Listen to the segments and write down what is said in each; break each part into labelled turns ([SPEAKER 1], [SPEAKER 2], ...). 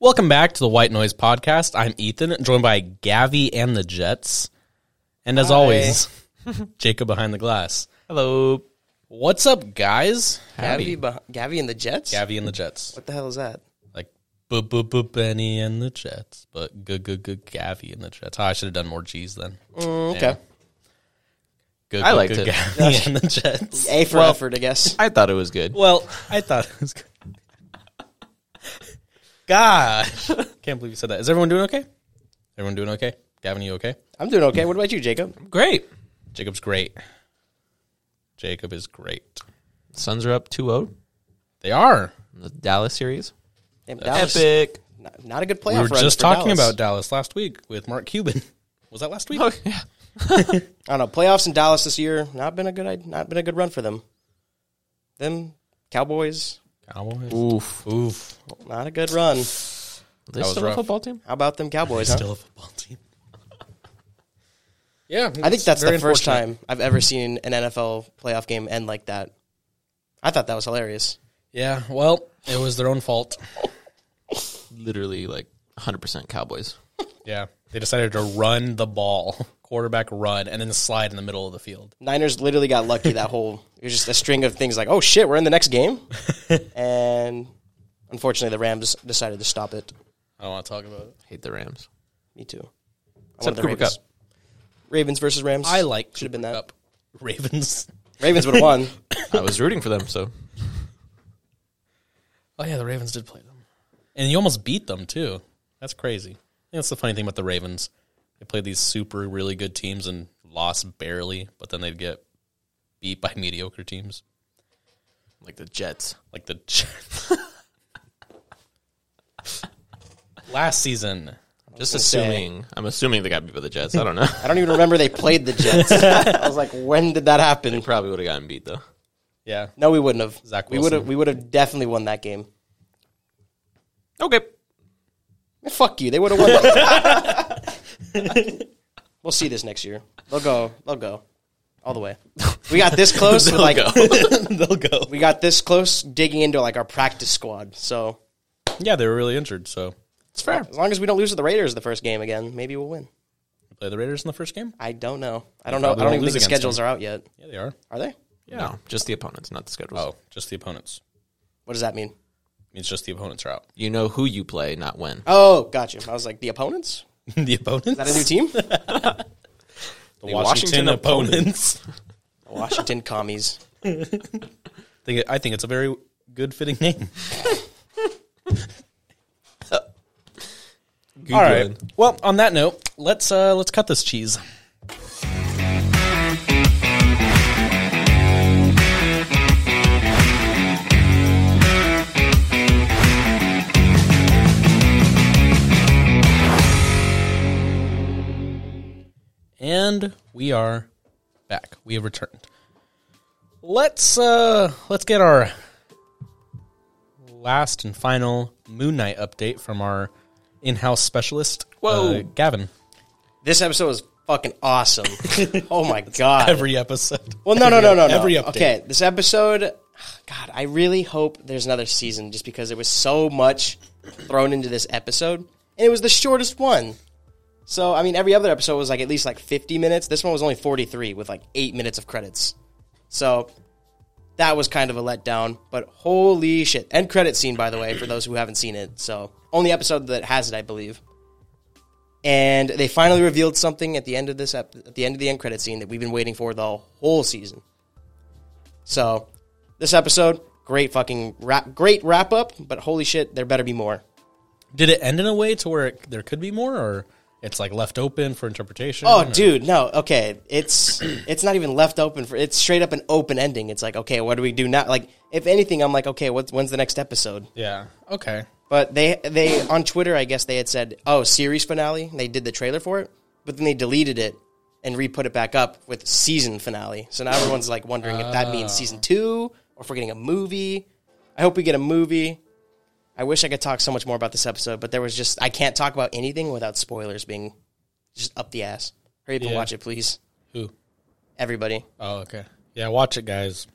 [SPEAKER 1] Welcome back to the White Noise Podcast. I'm Ethan, joined by Gavi and the Jets. And as always, Jacob behind the glass.
[SPEAKER 2] Hello.
[SPEAKER 1] What's up, guys?
[SPEAKER 3] Gavi, beh- Gavi and the Jets.
[SPEAKER 1] Gavi and the Jets.
[SPEAKER 3] What the hell is that?
[SPEAKER 1] Like, boop, boop, boop, Benny and the Jets. But good, good, good, Gavi and the Jets. Ah, I should have done more G's then.
[SPEAKER 3] okay.
[SPEAKER 1] Good,
[SPEAKER 2] I
[SPEAKER 1] good,
[SPEAKER 2] liked
[SPEAKER 1] good,
[SPEAKER 2] it.
[SPEAKER 1] Gavi and the Jets.
[SPEAKER 3] A for effort, I guess.
[SPEAKER 2] I thought it was good.
[SPEAKER 1] Well, I thought it was good. Gosh. Can't believe you said that. Is everyone doing okay? Everyone doing okay? Gavin, you okay?
[SPEAKER 3] I'm doing okay. What about you, Jacob?
[SPEAKER 1] Great. Jacob's great. Jacob is great.
[SPEAKER 2] Suns are up 2-0
[SPEAKER 1] They are.
[SPEAKER 2] in the Dallas series.
[SPEAKER 3] Damn, Dallas,
[SPEAKER 2] Epic.
[SPEAKER 3] Not, not a good
[SPEAKER 1] We
[SPEAKER 3] playoff.
[SPEAKER 1] were
[SPEAKER 3] run
[SPEAKER 1] just
[SPEAKER 3] for
[SPEAKER 1] talking
[SPEAKER 3] Dallas.
[SPEAKER 1] about Dallas last week with Mark Cuban. Was that last week?
[SPEAKER 2] yeah.
[SPEAKER 3] I don't know playoffs in Dallas this year. Not been a good. i- Not been a good run for them. Them Cowboys.
[SPEAKER 1] Cowboys.
[SPEAKER 2] Oof.
[SPEAKER 1] Oof.
[SPEAKER 3] Not a good run.
[SPEAKER 2] Are they
[SPEAKER 1] was
[SPEAKER 2] still
[SPEAKER 1] rough.
[SPEAKER 2] a football team?
[SPEAKER 3] How about them Cowboys? huh?
[SPEAKER 1] Still a football team. yeah.
[SPEAKER 3] I think that's the
[SPEAKER 1] very
[SPEAKER 3] first
[SPEAKER 1] unfortunate.
[SPEAKER 3] time I've ever seen an NFL playoff game end like that. I thought that was hilarious.
[SPEAKER 1] Yeah. Well, it was their own fault.
[SPEAKER 2] Literally like 100% Cowboys.
[SPEAKER 1] Yeah. They decided to run the ball, quarterback run, and then slide in the middle of the field.
[SPEAKER 3] Niners literally got lucky that whole. It was just a string of things like, oh shit, we're in the next game, and unfortunately the Rams decided to stop it.
[SPEAKER 1] I don't want to talk about it.
[SPEAKER 2] Hate the Rams.
[SPEAKER 3] Me too. I
[SPEAKER 2] Except
[SPEAKER 3] wanted the
[SPEAKER 2] Cooper
[SPEAKER 3] Ravens.
[SPEAKER 2] Cup.
[SPEAKER 3] Ravens versus Rams.
[SPEAKER 1] I like
[SPEAKER 3] should have been that.
[SPEAKER 1] Up. Ravens.
[SPEAKER 3] Ravens would have won.
[SPEAKER 2] I was rooting for them, so
[SPEAKER 1] Oh yeah, the Ravens did play them, and you almost beat them too. That's crazy. I think That's the funny thing about the Ravens. They play these super really good teams and lost barely, but then they'd get beat by mediocre teams
[SPEAKER 2] like the Jets.
[SPEAKER 1] like the Jets. last season.
[SPEAKER 2] Just
[SPEAKER 3] gonna say-
[SPEAKER 2] assuming. I'm assuming they got beat by the Jets. I don't know.
[SPEAKER 3] I don't even remember they played the Jets. I was like, when did that happen?
[SPEAKER 2] Probably would have gotten beat though.
[SPEAKER 1] Yeah,
[SPEAKER 3] No, we wouldn't have.
[SPEAKER 1] Zach
[SPEAKER 3] we would have.
[SPEAKER 1] Wilson.
[SPEAKER 3] We would have definitely won that game.
[SPEAKER 2] Okay.
[SPEAKER 3] Eh, Fuck you. They would have won. That we'll see this next year. They'll go. They'll go. All the way. We got this close. with like
[SPEAKER 1] they'll go.
[SPEAKER 3] we got this close digging into like our practice squad. So
[SPEAKER 1] Yeah, they were really injured, so
[SPEAKER 2] It's fair.
[SPEAKER 3] as long as we don't lose to the Raiders the first game again, maybe we'll win.
[SPEAKER 1] you play the Raiders in the first game.
[SPEAKER 3] I don't know. I don't know. I
[SPEAKER 1] probably
[SPEAKER 3] don't
[SPEAKER 1] won't
[SPEAKER 3] even
[SPEAKER 1] lose
[SPEAKER 3] think the
[SPEAKER 1] against
[SPEAKER 3] schedules are out yet.
[SPEAKER 1] Yeah, they are.
[SPEAKER 3] Are they?
[SPEAKER 2] No, just the opponents, not the schedules.
[SPEAKER 1] Oh, just the opponents.
[SPEAKER 3] What does that mean?
[SPEAKER 1] It means just the opponents are out.
[SPEAKER 2] You know who you play, not when.
[SPEAKER 3] Oh, gotcha. I was like, the opponents?
[SPEAKER 1] the opponents.
[SPEAKER 3] Is that a new team? the
[SPEAKER 1] the Washington,
[SPEAKER 2] Washington
[SPEAKER 1] opponents.
[SPEAKER 3] Washington commies.
[SPEAKER 1] think it- I think it's a very good fitting name.
[SPEAKER 2] Googling.
[SPEAKER 1] All right. Well, on that note, let's uh, let's cut this cheese. And we are back. We have returned. Let's uh let's get our last and final Moon Knight update from our in-house specialist,
[SPEAKER 2] Whoa.
[SPEAKER 1] uh, Gavin.
[SPEAKER 3] This episode was fucking awesome. oh my god.
[SPEAKER 1] Every episode.
[SPEAKER 3] well, no, no, no, no, no.
[SPEAKER 1] every update.
[SPEAKER 3] Okay, this episode. God, I really hope there's another season, just because there was so much thrown into this episode, and it was the shortest one. So, I mean, every other episode was like at least like 50 minutes. This one was only 43 with like eight minutes of credits. So, that was kind of a letdown. But holy shit! End credit scene, by the way, for those who haven't seen it. So, only episode that has it, I believe. and they finally revealed something at the end of this ep- at the end of the end credit scene that we've been waiting for the whole season. So, this episode, great fucking wrap, great wrap up, but holy shit, there better be more.
[SPEAKER 1] Did it end in a way to where it, there could be more, or it's like left open for interpretation?
[SPEAKER 3] Oh,
[SPEAKER 1] or-
[SPEAKER 3] dude, no, okay, it's it's not even left open for it's straight up an open ending. It's like, okay, what do we do now? Like, if anything, I'm like, okay, what's when's the next episode?
[SPEAKER 1] Yeah. Okay.
[SPEAKER 3] But they they on Twitter, I guess they had said, "Oh, series finale." and They did the trailer for it, but then they deleted it and re-put it back up with season finale. So now everyone's like wondering if that
[SPEAKER 1] Ah.
[SPEAKER 3] means season two or if we're getting a movie. I hope we get a movie. I wish I could talk so much more about this episode, but there was just I can't talk about anything without spoilers being just up the ass. Hurry up and
[SPEAKER 1] Yeah.
[SPEAKER 3] watch it, please,
[SPEAKER 1] Who?
[SPEAKER 3] everybody.
[SPEAKER 1] Oh, okay. Yeah, watch it, guys.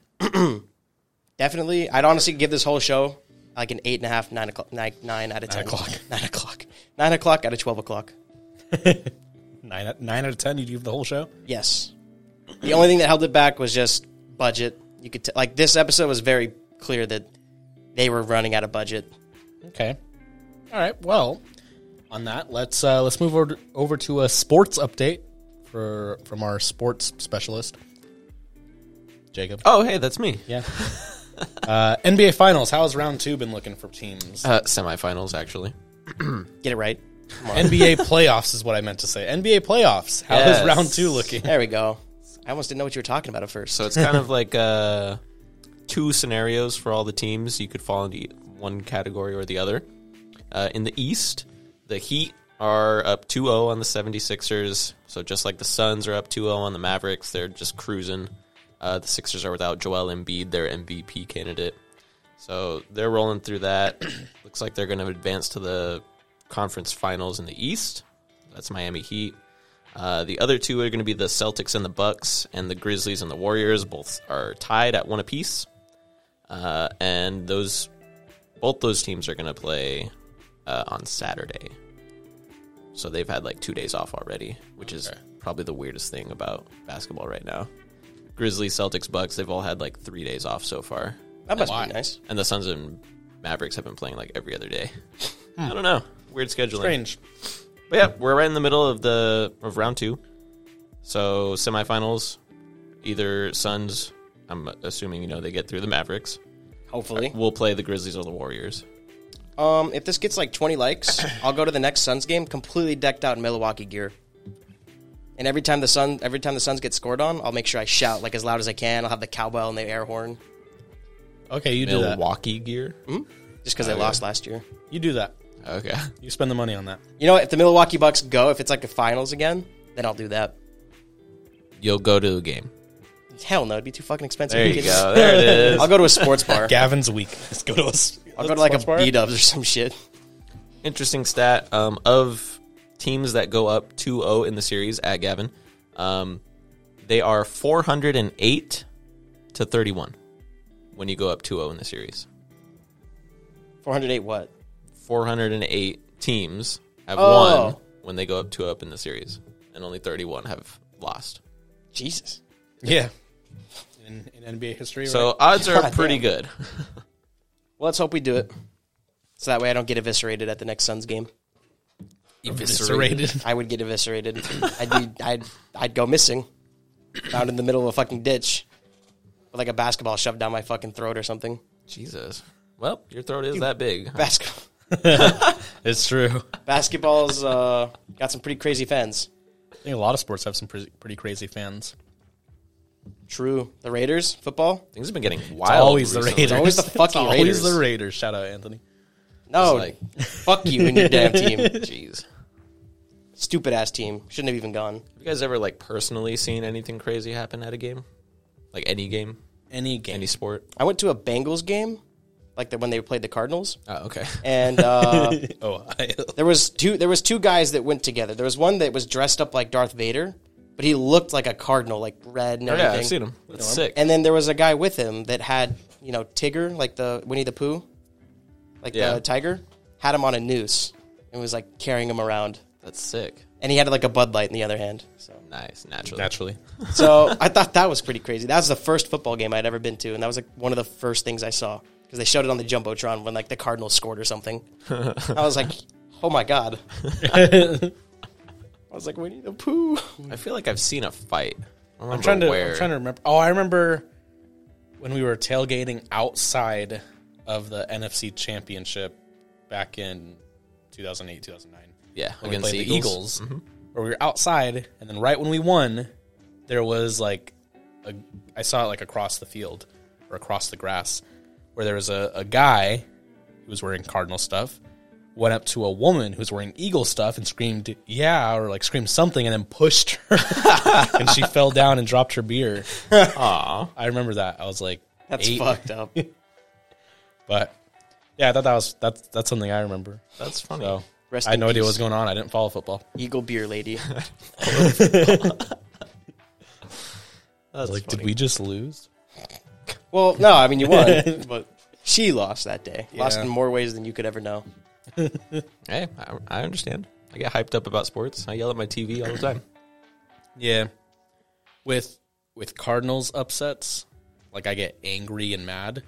[SPEAKER 3] Definitely, I'd honestly give this whole show like an eight and a half, nine o'clock, nine, nine out of ten.
[SPEAKER 1] o'clock.
[SPEAKER 3] Nine o'clock. Nine o'clock out of twelve o'clock.
[SPEAKER 1] Nine out- nine out of ten. You give the whole show.
[SPEAKER 3] Yes. The only thing that held it back was just budget. You could t- like this episode was very clear that they were running out of budget.
[SPEAKER 1] Okay. All right. Well, on that, let's uh, let's move over over to a sports update for from our sports specialist, Jacob.
[SPEAKER 2] Oh, hey, that's me.
[SPEAKER 1] Yeah. uh, NBA Finals. How has round two been looking for teams?
[SPEAKER 2] Uh, semifinals, actually.
[SPEAKER 3] Get it right.
[SPEAKER 1] NBA playoffs is what I meant to say. NBA playoffs. How is
[SPEAKER 2] Yes.
[SPEAKER 1] round two looking?
[SPEAKER 3] There we go. I almost didn't know what you were talking about at first.
[SPEAKER 2] So it's kind of like uh, two scenarios for all the teams. You could fall into e- one category or the other. Uh, in the East, the Heat are up 2 0 on the 76ers. So just like the Suns are up 2 0 on the Mavericks, they're just cruising. Uh, the Sixers are without Joel Embiid, their MVP candidate. So they're rolling through that. Looks like they're going to advance to the conference finals in the East. That's Miami Heat. Uh, the other two are going to be the Celtics and the Bucks, and the Grizzlies and the Warriors. Both are tied at one apiece, uh, and those both those teams are going to play uh, on Saturday. So they've had like two days off already, which is probably the weirdest thing about basketball right now. Grizzlies, Celtics, Bucks—they've all had like three days off so far,
[SPEAKER 3] that must be nice.
[SPEAKER 2] and the Suns and Mavericks have been playing like every other day. I don't know, weird scheduling.
[SPEAKER 1] Strange.
[SPEAKER 2] But yeah, we're right in the middle of the of round two. So semifinals, either Suns. I'm assuming you know they get through the Mavericks.
[SPEAKER 3] Hopefully.
[SPEAKER 2] We'll play the Grizzlies or the Warriors.
[SPEAKER 3] Um, if this gets like 20 likes, I'll go to the next Suns game completely decked out in Milwaukee gear. And every time the sun, every time the Suns get scored on, I'll make sure I shout like as loud as I can. I'll have the cowbell and the air horn
[SPEAKER 1] Okay, you do that.
[SPEAKER 2] Milwaukee gear.
[SPEAKER 3] just because they lost last year.
[SPEAKER 1] You do that.
[SPEAKER 2] Okay.
[SPEAKER 1] You spend the money on that.
[SPEAKER 3] You know, what? if the Milwaukee Bucks go, if it's like a finals again, then I'll do that.
[SPEAKER 2] You'll go to a game.
[SPEAKER 3] Hell no, it'd be too fucking expensive.
[SPEAKER 2] There
[SPEAKER 3] Are
[SPEAKER 2] you
[SPEAKER 3] kidding me?
[SPEAKER 2] go. There it is.
[SPEAKER 3] I'll go to a sports bar.
[SPEAKER 1] Gavin's weak. Let's go to us.
[SPEAKER 3] I'll go to like a B Dubs or some shit.
[SPEAKER 2] Interesting stat um, of teams that go up 2-0 in the series at Gavin. Um, they are 408 to 31 when you go up 2-0 in the series.
[SPEAKER 3] 408 what?
[SPEAKER 2] 408 teams have
[SPEAKER 3] Oh.
[SPEAKER 2] won when they go up two up in the series, and only 31 have lost.
[SPEAKER 3] Jesus.
[SPEAKER 1] Yeah. In, in NBA history.
[SPEAKER 2] So
[SPEAKER 1] right?
[SPEAKER 2] odds are pretty good.
[SPEAKER 3] Well, let's hope we do it. So that way I don't get eviscerated at the next Suns game.
[SPEAKER 1] Eviscerated.
[SPEAKER 3] I would get eviscerated. I'd be, I'd, I'd go missing, found in the middle of a fucking ditch, with like a basketball shoved down my fucking throat or something.
[SPEAKER 2] Jesus. Well, your throat is that big.
[SPEAKER 3] Basketball,
[SPEAKER 1] It's true.
[SPEAKER 3] basketball's uh, got some pretty crazy fans.
[SPEAKER 1] I think a lot of sports have some pretty, pretty crazy fans.
[SPEAKER 3] True, the Raiders football.
[SPEAKER 2] Things have been getting wild.
[SPEAKER 1] always the
[SPEAKER 2] recently.
[SPEAKER 1] Raiders.
[SPEAKER 3] always the fucking
[SPEAKER 1] always
[SPEAKER 3] Raiders.
[SPEAKER 1] the Raiders. Shout out Anthony.
[SPEAKER 3] No,
[SPEAKER 2] It's
[SPEAKER 3] fuck you and your damn team.
[SPEAKER 2] Jeez.
[SPEAKER 3] Stupid ass team. Shouldn't have even gone.
[SPEAKER 2] Have you guys ever like personally seen anything crazy happen at a game? Like any game,
[SPEAKER 1] Any game.
[SPEAKER 2] any sport?
[SPEAKER 3] I went to a Bengals game, like the, when they played the Cardinals,
[SPEAKER 2] Oh, okay.
[SPEAKER 3] and uh,
[SPEAKER 1] oh, I,
[SPEAKER 3] There was two. There was two guys that went together. There was one that was dressed up like Darth Vader, but he looked like a cardinal, like red and
[SPEAKER 2] Oh, yeah,
[SPEAKER 3] everything.
[SPEAKER 2] I've seen them. That's sick.
[SPEAKER 3] And then there was a guy with him that had you know Tigger, like the Winnie the Pooh, like
[SPEAKER 2] Yeah.
[SPEAKER 3] the tiger, had him on a noose and was like carrying him around,
[SPEAKER 2] That's sick.
[SPEAKER 3] and he had like a Bud Light in the other hand. So,
[SPEAKER 2] Nice, naturally.
[SPEAKER 1] naturally.
[SPEAKER 3] so I thought that was pretty crazy. That was the first football game I'd ever been to, and that was like one of the first things I saw because they showed it on the jumbotron when like the Cardinals scored or something. I was like, oh my god. I was like, Winnie the Pooh.
[SPEAKER 2] I feel like I've seen a fight. I
[SPEAKER 1] I'm trying to.
[SPEAKER 2] where.
[SPEAKER 1] I'm trying to remember. Oh, I remember when we were tailgating outside of the NFC Championship back in 2008, 2009.
[SPEAKER 2] Yeah,
[SPEAKER 1] when we
[SPEAKER 2] against
[SPEAKER 1] played
[SPEAKER 2] the
[SPEAKER 1] the Eagles, Mm-hmm. where we were outside, and then right when we won, there was like, a, I saw it like across the field or across the grass, where there was a, a guy who was wearing Cardinal stuff. Went up to a woman who was wearing eagle stuff and screamed, "Yeah!" or like screamed something, and then pushed her, and she fell down and dropped her beer.
[SPEAKER 2] Aw.
[SPEAKER 1] I remember that. I was like,
[SPEAKER 3] That's
[SPEAKER 1] eight,
[SPEAKER 3] fucked up.
[SPEAKER 1] But yeah, I thought that was that's that's something I remember.
[SPEAKER 2] That's funny.
[SPEAKER 1] So
[SPEAKER 3] Rest
[SPEAKER 1] I had
[SPEAKER 3] in
[SPEAKER 1] no idea what
[SPEAKER 3] peace.
[SPEAKER 1] was going on. I didn't follow football.
[SPEAKER 3] Eagle beer lady.
[SPEAKER 2] That's
[SPEAKER 1] Like,
[SPEAKER 2] funny.
[SPEAKER 1] did we just lose?
[SPEAKER 3] Well, no, I mean you won, but She lost that day. Lost
[SPEAKER 1] Yeah.
[SPEAKER 3] in more ways than you could ever know.
[SPEAKER 2] Hey, I, I understand. I get hyped up about sports. I yell at my TV all the time.
[SPEAKER 1] Yeah. With with Cardinals upsets, like I get angry and mad.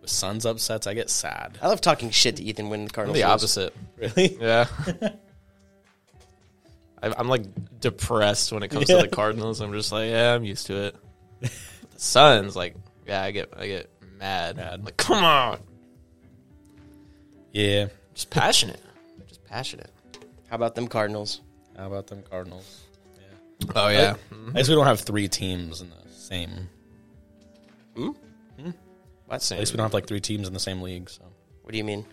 [SPEAKER 1] With Suns upsets, I get sad.
[SPEAKER 3] I love talking shit to Ethan when the
[SPEAKER 2] I'm
[SPEAKER 3] Cardinals.
[SPEAKER 2] the
[SPEAKER 3] lose.
[SPEAKER 2] opposite.
[SPEAKER 1] Really?
[SPEAKER 2] Yeah. I- I'm like depressed when it comes
[SPEAKER 1] Yeah.
[SPEAKER 2] to the Cardinals. I'm just like, yeah, I'm used to it. the Suns, like, yeah, I get, I get mad. I'm like, come on,
[SPEAKER 1] Yeah.
[SPEAKER 2] just passionate, just passionate.
[SPEAKER 3] How about them Cardinals?
[SPEAKER 1] How about them Cardinals?
[SPEAKER 2] Oh yeah,
[SPEAKER 3] Mm-hmm.
[SPEAKER 1] I guess we don't have three teams in the same.
[SPEAKER 3] What?
[SPEAKER 1] At least we don't have like three teams in the same league. So
[SPEAKER 3] What do you mean?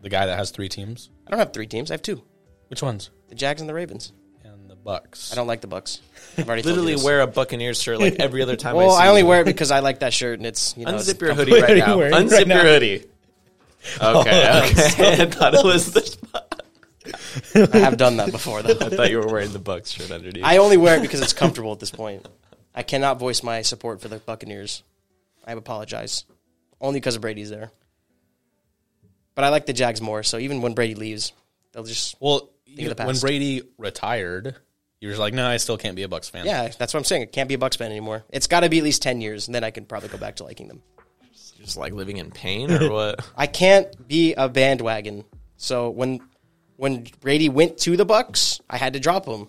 [SPEAKER 1] the guy that has three teams,
[SPEAKER 3] I don't have three teams. I have two:
[SPEAKER 1] which ones?
[SPEAKER 3] the Jags and the Ravens.
[SPEAKER 1] And the Bucks.
[SPEAKER 3] I don't like the Bucks. I've already told you
[SPEAKER 2] literally
[SPEAKER 3] this.
[SPEAKER 2] wear a Buccaneers shirt like every other time.
[SPEAKER 3] Well,
[SPEAKER 2] I, see
[SPEAKER 3] I only
[SPEAKER 2] you.
[SPEAKER 3] wear it because I like that shirt, and it's you know. it's-
[SPEAKER 2] Unzip your hoodie right now.
[SPEAKER 1] wearing it
[SPEAKER 2] Unzip
[SPEAKER 1] right
[SPEAKER 2] your
[SPEAKER 1] now.
[SPEAKER 2] hoodie. Okay, okay. I thought it was. The,
[SPEAKER 3] I have done that before though.
[SPEAKER 2] I thought you were wearing the Bucks shirt underneath.
[SPEAKER 3] I only wear it because it's comfortable at this point. I cannot voice my support for the Buccaneers. I apologize. Only because of Brady's there. But I like the Jags more, so even when Brady leaves, they'll just
[SPEAKER 1] Well,
[SPEAKER 3] of
[SPEAKER 1] you,
[SPEAKER 3] the
[SPEAKER 1] when
[SPEAKER 3] past.
[SPEAKER 1] Brady retired, you were just like, no, I still can't be a Bucks fan.
[SPEAKER 3] Yeah, that's what I'm saying. It can't be a Bucks fan anymore. It's gotta be at least ten years, and then I can probably go back to liking them.
[SPEAKER 2] just like living in pain or what?
[SPEAKER 3] I can't be a bandwagon. So when when Brady went to the Bucks, I had to drop him.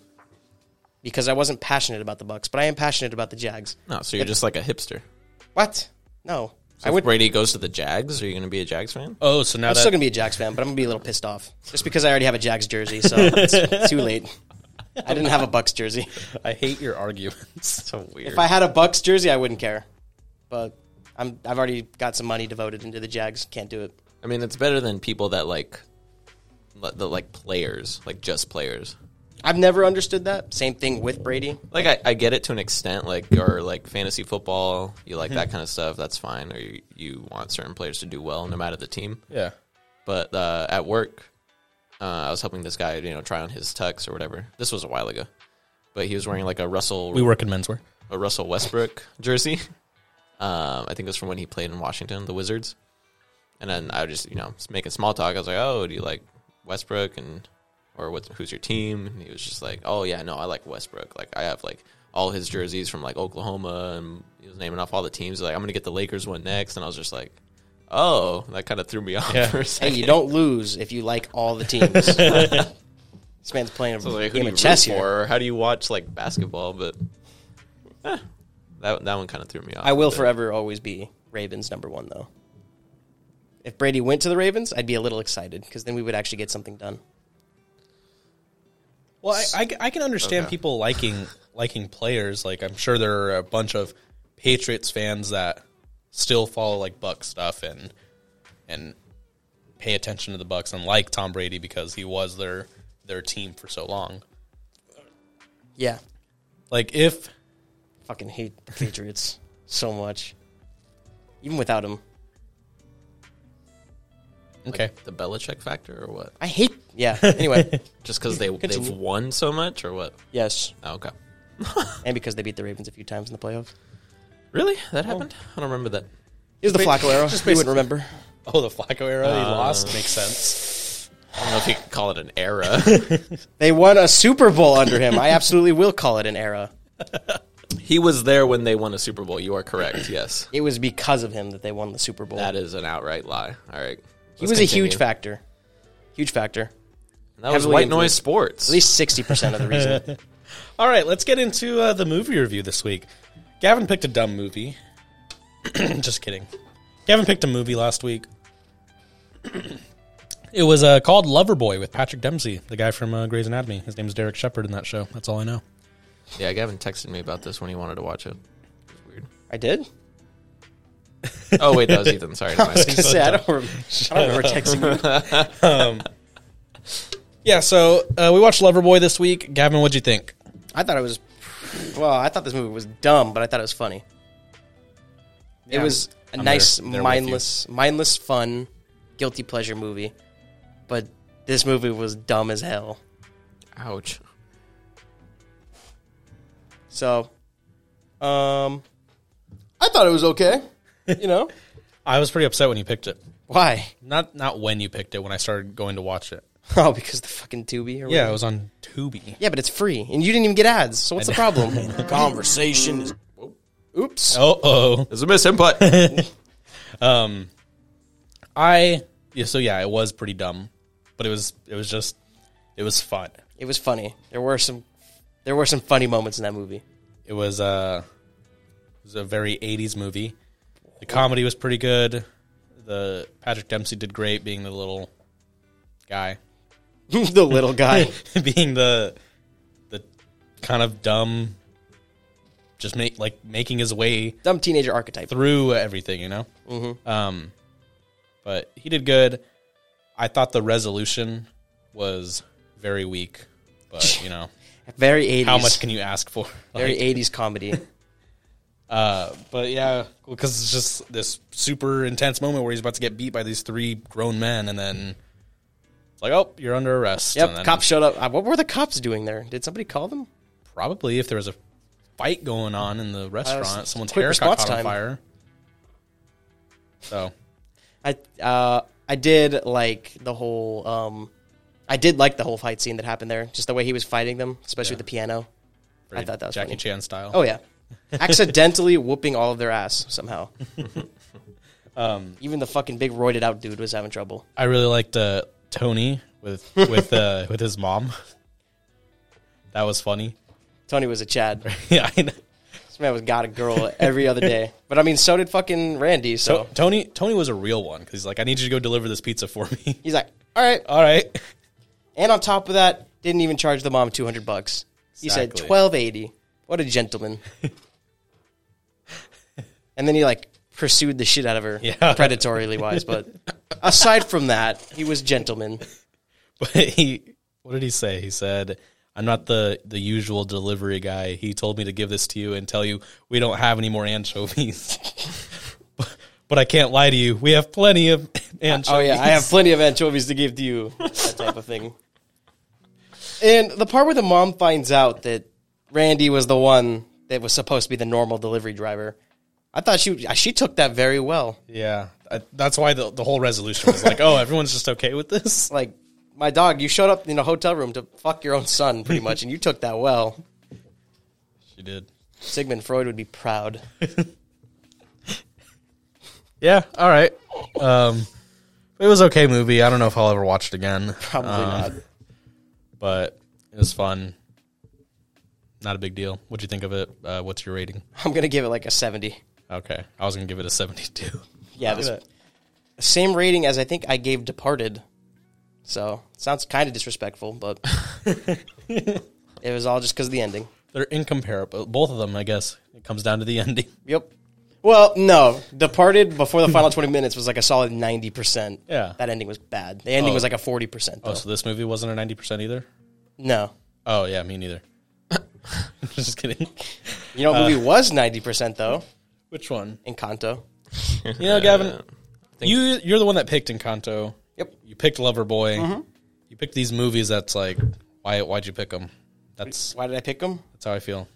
[SPEAKER 3] Because I wasn't passionate about the Bucks, but I am passionate about the Jags.
[SPEAKER 2] No, so you're just like a hipster.
[SPEAKER 3] What? No. I
[SPEAKER 2] if
[SPEAKER 3] would
[SPEAKER 2] Brady goes to the Jags, are you going to be a Jags fan?
[SPEAKER 1] Oh, so now
[SPEAKER 3] I'm still
[SPEAKER 1] that
[SPEAKER 3] gonna be a Jags fan, but I'm gonna be a little pissed off just because I already have a Jags jersey, so it's too late. I didn't have a Bucks jersey.
[SPEAKER 1] I hate your arguments.
[SPEAKER 2] So weird.
[SPEAKER 3] If I had a Bucks jersey, I wouldn't care, but I'm I've already got some money devoted into the Jags. Can't do it.
[SPEAKER 2] I mean, it's better than people that like li- the like players, like just players.
[SPEAKER 3] I've never understood that. Same thing with Brady.
[SPEAKER 2] Like I, I get it to an extent, like or like fantasy football, you like that kind of stuff. That's fine, or you, you want certain players to do well, no matter the team.
[SPEAKER 1] yeah.
[SPEAKER 2] But uh, at work, uh, I was helping this guy, you know, try on his tux or whatever. This was a while ago, but he was wearing like a Russell
[SPEAKER 1] We work in menswear.
[SPEAKER 2] a Russell Westbrook jersey. Um, I think it was from when he played in Washington, the Wizards. And then I was just, you know, just making small talk. I was like, "Oh, do you like Westbrook and or what? Who's your team?" And he was just like, "Oh yeah, no, I like Westbrook. Like I have like all his jerseys from like Oklahoma, and he was naming off all the teams. Like I'm gonna get the Lakers one next." And I was just like, "Oh, that kind of threw me off
[SPEAKER 1] Yeah.
[SPEAKER 2] for a
[SPEAKER 3] Hey,
[SPEAKER 2] second.
[SPEAKER 3] you don't lose if you like all the teams. this man's playing a
[SPEAKER 2] I was like, "Who
[SPEAKER 3] game
[SPEAKER 2] do you
[SPEAKER 3] of
[SPEAKER 2] root
[SPEAKER 3] chess
[SPEAKER 2] for?
[SPEAKER 3] here.
[SPEAKER 2] Or how do you watch like basketball?" But eh, that that one kind of threw me off.
[SPEAKER 3] I will
[SPEAKER 2] a bit.
[SPEAKER 3] forever always be Ravens number one, though. If Brady went to the Ravens, I'd be a little excited because then we would actually get something done.
[SPEAKER 1] Well, I, I, I can understand
[SPEAKER 2] Okay.
[SPEAKER 1] people liking liking players. Like I'm sure there are a bunch of Patriots fans that still follow like Buck stuff and and pay attention to the Bucks and like Tom Brady because he was their their team for so long.
[SPEAKER 3] Yeah,
[SPEAKER 1] Like if
[SPEAKER 3] fucking hate the Patriots so much, even without him.
[SPEAKER 1] okay,
[SPEAKER 2] the Belichick factor or what?
[SPEAKER 3] I hate. Yeah. Anyway,
[SPEAKER 2] Just because they they've won so much or what?
[SPEAKER 3] yes,
[SPEAKER 2] Oh, okay.
[SPEAKER 3] and because they beat the Ravens a few times in the playoffs.
[SPEAKER 2] Really? That happened? I don't remember that.
[SPEAKER 3] Here's the Flacco era. Just wouldn't remember.
[SPEAKER 1] oh the Flacco era he lost makes sense.
[SPEAKER 2] I don't know if you could call it an era.
[SPEAKER 3] They won a Super Bowl under him. I absolutely will call it an era.
[SPEAKER 2] he was there when they won a Super Bowl. You are correct. Yes,
[SPEAKER 3] It was because of him that they won the Super Bowl.
[SPEAKER 2] that is an outright lie. All right.
[SPEAKER 3] he was a huge factor. Huge factor.
[SPEAKER 2] That was
[SPEAKER 3] heavily
[SPEAKER 2] white
[SPEAKER 3] influenced.
[SPEAKER 2] noise sports.
[SPEAKER 3] At least sixty percent of the reason.
[SPEAKER 1] All right, let's get into uh, the movie review this week. Gavin picked a dumb movie. Just kidding. Gavin picked a movie last week. it was uh, called Loverboy with Patrick Dempsey, the guy from uh, Grey's Anatomy. His name's Derek Shepard in that show. That's all I know.
[SPEAKER 2] yeah, Gavin texted me about this when he wanted to watch it. It was weird.
[SPEAKER 3] I did.
[SPEAKER 2] Oh wait, that was Ethan. Sorry. never mind.
[SPEAKER 3] I was gonna say, I don't remember, I don't remember texting you.
[SPEAKER 1] Yeah, so uh, we watched Loverboy this week. Gavin, what'd you think?
[SPEAKER 3] I thought it was, well, I thought this movie was dumb, but I thought it was funny.
[SPEAKER 1] Yeah,
[SPEAKER 3] it was a
[SPEAKER 1] I'm
[SPEAKER 3] nice,
[SPEAKER 1] there- there with you.
[SPEAKER 3] mindless, mindless fun, guilty pleasure movie, but this movie was dumb as hell.
[SPEAKER 2] Ouch.
[SPEAKER 3] So, um, I thought it was okay. You know,
[SPEAKER 1] I was pretty upset when you picked it.
[SPEAKER 3] Why?
[SPEAKER 1] Not not when you picked it. When I started going to watch it.
[SPEAKER 3] Oh, because the fucking Tubi. Or
[SPEAKER 1] Yeah,
[SPEAKER 3] whatever.
[SPEAKER 1] it was on Tubi.
[SPEAKER 3] Yeah, but it's free, and you didn't even get ads. So what's the problem?
[SPEAKER 4] Conversation is
[SPEAKER 3] Oops.
[SPEAKER 1] Oh oh.
[SPEAKER 2] There's a miss input.
[SPEAKER 1] I yeah. So yeah, it was pretty dumb, but it was it was just it was fun.
[SPEAKER 3] It was funny. There were some, there were some funny moments in that movie.
[SPEAKER 1] It was uh it was a very '80s movie. The comedy was pretty good. The Patrick Dempsey did great, being the little guy,
[SPEAKER 3] the little guy.
[SPEAKER 1] being the the kind of dumb, just make like making his way
[SPEAKER 3] Dumb teenager archetype.
[SPEAKER 1] through everything, you know. Mm-hmm. Um, but he did good. I thought the resolution was very weak, but you know,
[SPEAKER 3] Very 80s.
[SPEAKER 1] how much can you ask for?
[SPEAKER 3] Very
[SPEAKER 1] Like,
[SPEAKER 3] 80s comedy.
[SPEAKER 1] uh, but yeah, because it's just this super intense moment where he's about to get beat by these three grown men, and then it's like, oh, you're under arrest.
[SPEAKER 3] Yep.
[SPEAKER 1] and then
[SPEAKER 3] cops showed up. Uh, What were the cops doing there? Did somebody call them?
[SPEAKER 1] Probably if there was a fight going on in
[SPEAKER 3] Uh,
[SPEAKER 1] the restaurant, someone's
[SPEAKER 3] quick
[SPEAKER 1] hair got
[SPEAKER 3] response
[SPEAKER 1] caught on
[SPEAKER 3] time.
[SPEAKER 1] fire. So
[SPEAKER 3] I uh, I did like the whole. Um, I did like the whole fight scene that happened there. Just the way he was fighting them, especially with the piano.
[SPEAKER 1] very
[SPEAKER 3] thought that was
[SPEAKER 1] Jackie
[SPEAKER 3] funny.
[SPEAKER 1] Chan style.
[SPEAKER 3] Oh yeah, accidentally whooping all of their ass somehow.
[SPEAKER 1] Um,
[SPEAKER 3] Even the fucking big roided out dude was having trouble.
[SPEAKER 1] I really liked uh, Tony with with uh, with his mom. That was funny.
[SPEAKER 3] Tony was a Chad.
[SPEAKER 1] yeah, I know.
[SPEAKER 3] This man was got a girl every other day. But I mean, so did fucking Randy. So
[SPEAKER 1] To- Tony Tony was a real one because he's like, I need you to go deliver this pizza for me.
[SPEAKER 3] he's like, all right.
[SPEAKER 1] All right,
[SPEAKER 3] And on top of that, didn't even charge the mom two hundred bucks. He said
[SPEAKER 1] Exactly.
[SPEAKER 3] twelve eighty. What a gentleman. and then he like pursued the shit out of her,
[SPEAKER 1] Yeah.
[SPEAKER 3] predatorily wise. But aside from that, he was gentleman.
[SPEAKER 1] but he what did he say? He said, I'm not the the usual delivery guy. He told me to give this to you and tell you we don't have any more anchovies. But- But I can't lie to you. We have plenty of anchovies.
[SPEAKER 3] Oh yeah, I have plenty of anchovies to give to you. That type of thing. And the part where the mom finds out that Randy was the one that was supposed to be the normal delivery driver, I thought she uh, she took that very well.
[SPEAKER 1] yeah. I, that's why the, the whole resolution was like, oh, everyone's just okay with this.
[SPEAKER 3] Like my dog, you showed up in a hotel room to fuck your own son, pretty much, and you took that well.
[SPEAKER 1] She did.
[SPEAKER 3] Sigmund Freud would be proud.
[SPEAKER 1] Yeah, all right. Um, it was okay movie. I don't know if I'll ever watch it again,
[SPEAKER 3] Probably not.
[SPEAKER 1] but it was fun. Not a big deal. What'd you think of it? Uh, what's your rating?
[SPEAKER 3] I'm gonna give it like a seventy.
[SPEAKER 1] Okay, I was gonna give it a seventy-two.
[SPEAKER 3] Yeah, this, same rating as I think I gave Departed. So sounds kind of disrespectful, but it was all just because of the ending.
[SPEAKER 1] They're incomparable. Both of them, I guess. It comes down to the ending.
[SPEAKER 3] Yep. Well, no, Departed before the final twenty minutes was like a solid ninety percent.
[SPEAKER 1] Yeah.
[SPEAKER 3] that ending was bad. The ending was like a forty percent.
[SPEAKER 1] Oh, so this movie wasn't a ninety percent either.
[SPEAKER 3] No,
[SPEAKER 1] Oh yeah, me neither. Just kidding.
[SPEAKER 3] you know,
[SPEAKER 1] Uh.
[SPEAKER 3] what movie was ninety percent though.
[SPEAKER 1] Which one?
[SPEAKER 3] Encanto.
[SPEAKER 1] You know,
[SPEAKER 2] Uh,
[SPEAKER 1] Gavin, you you're the one that picked Encanto.
[SPEAKER 3] Yep.
[SPEAKER 1] You picked Loverboy.
[SPEAKER 2] Mm-hmm.
[SPEAKER 1] You picked these movies. That's like, why why'd you pick them? That's
[SPEAKER 3] Why did I pick them?
[SPEAKER 1] that's how I feel.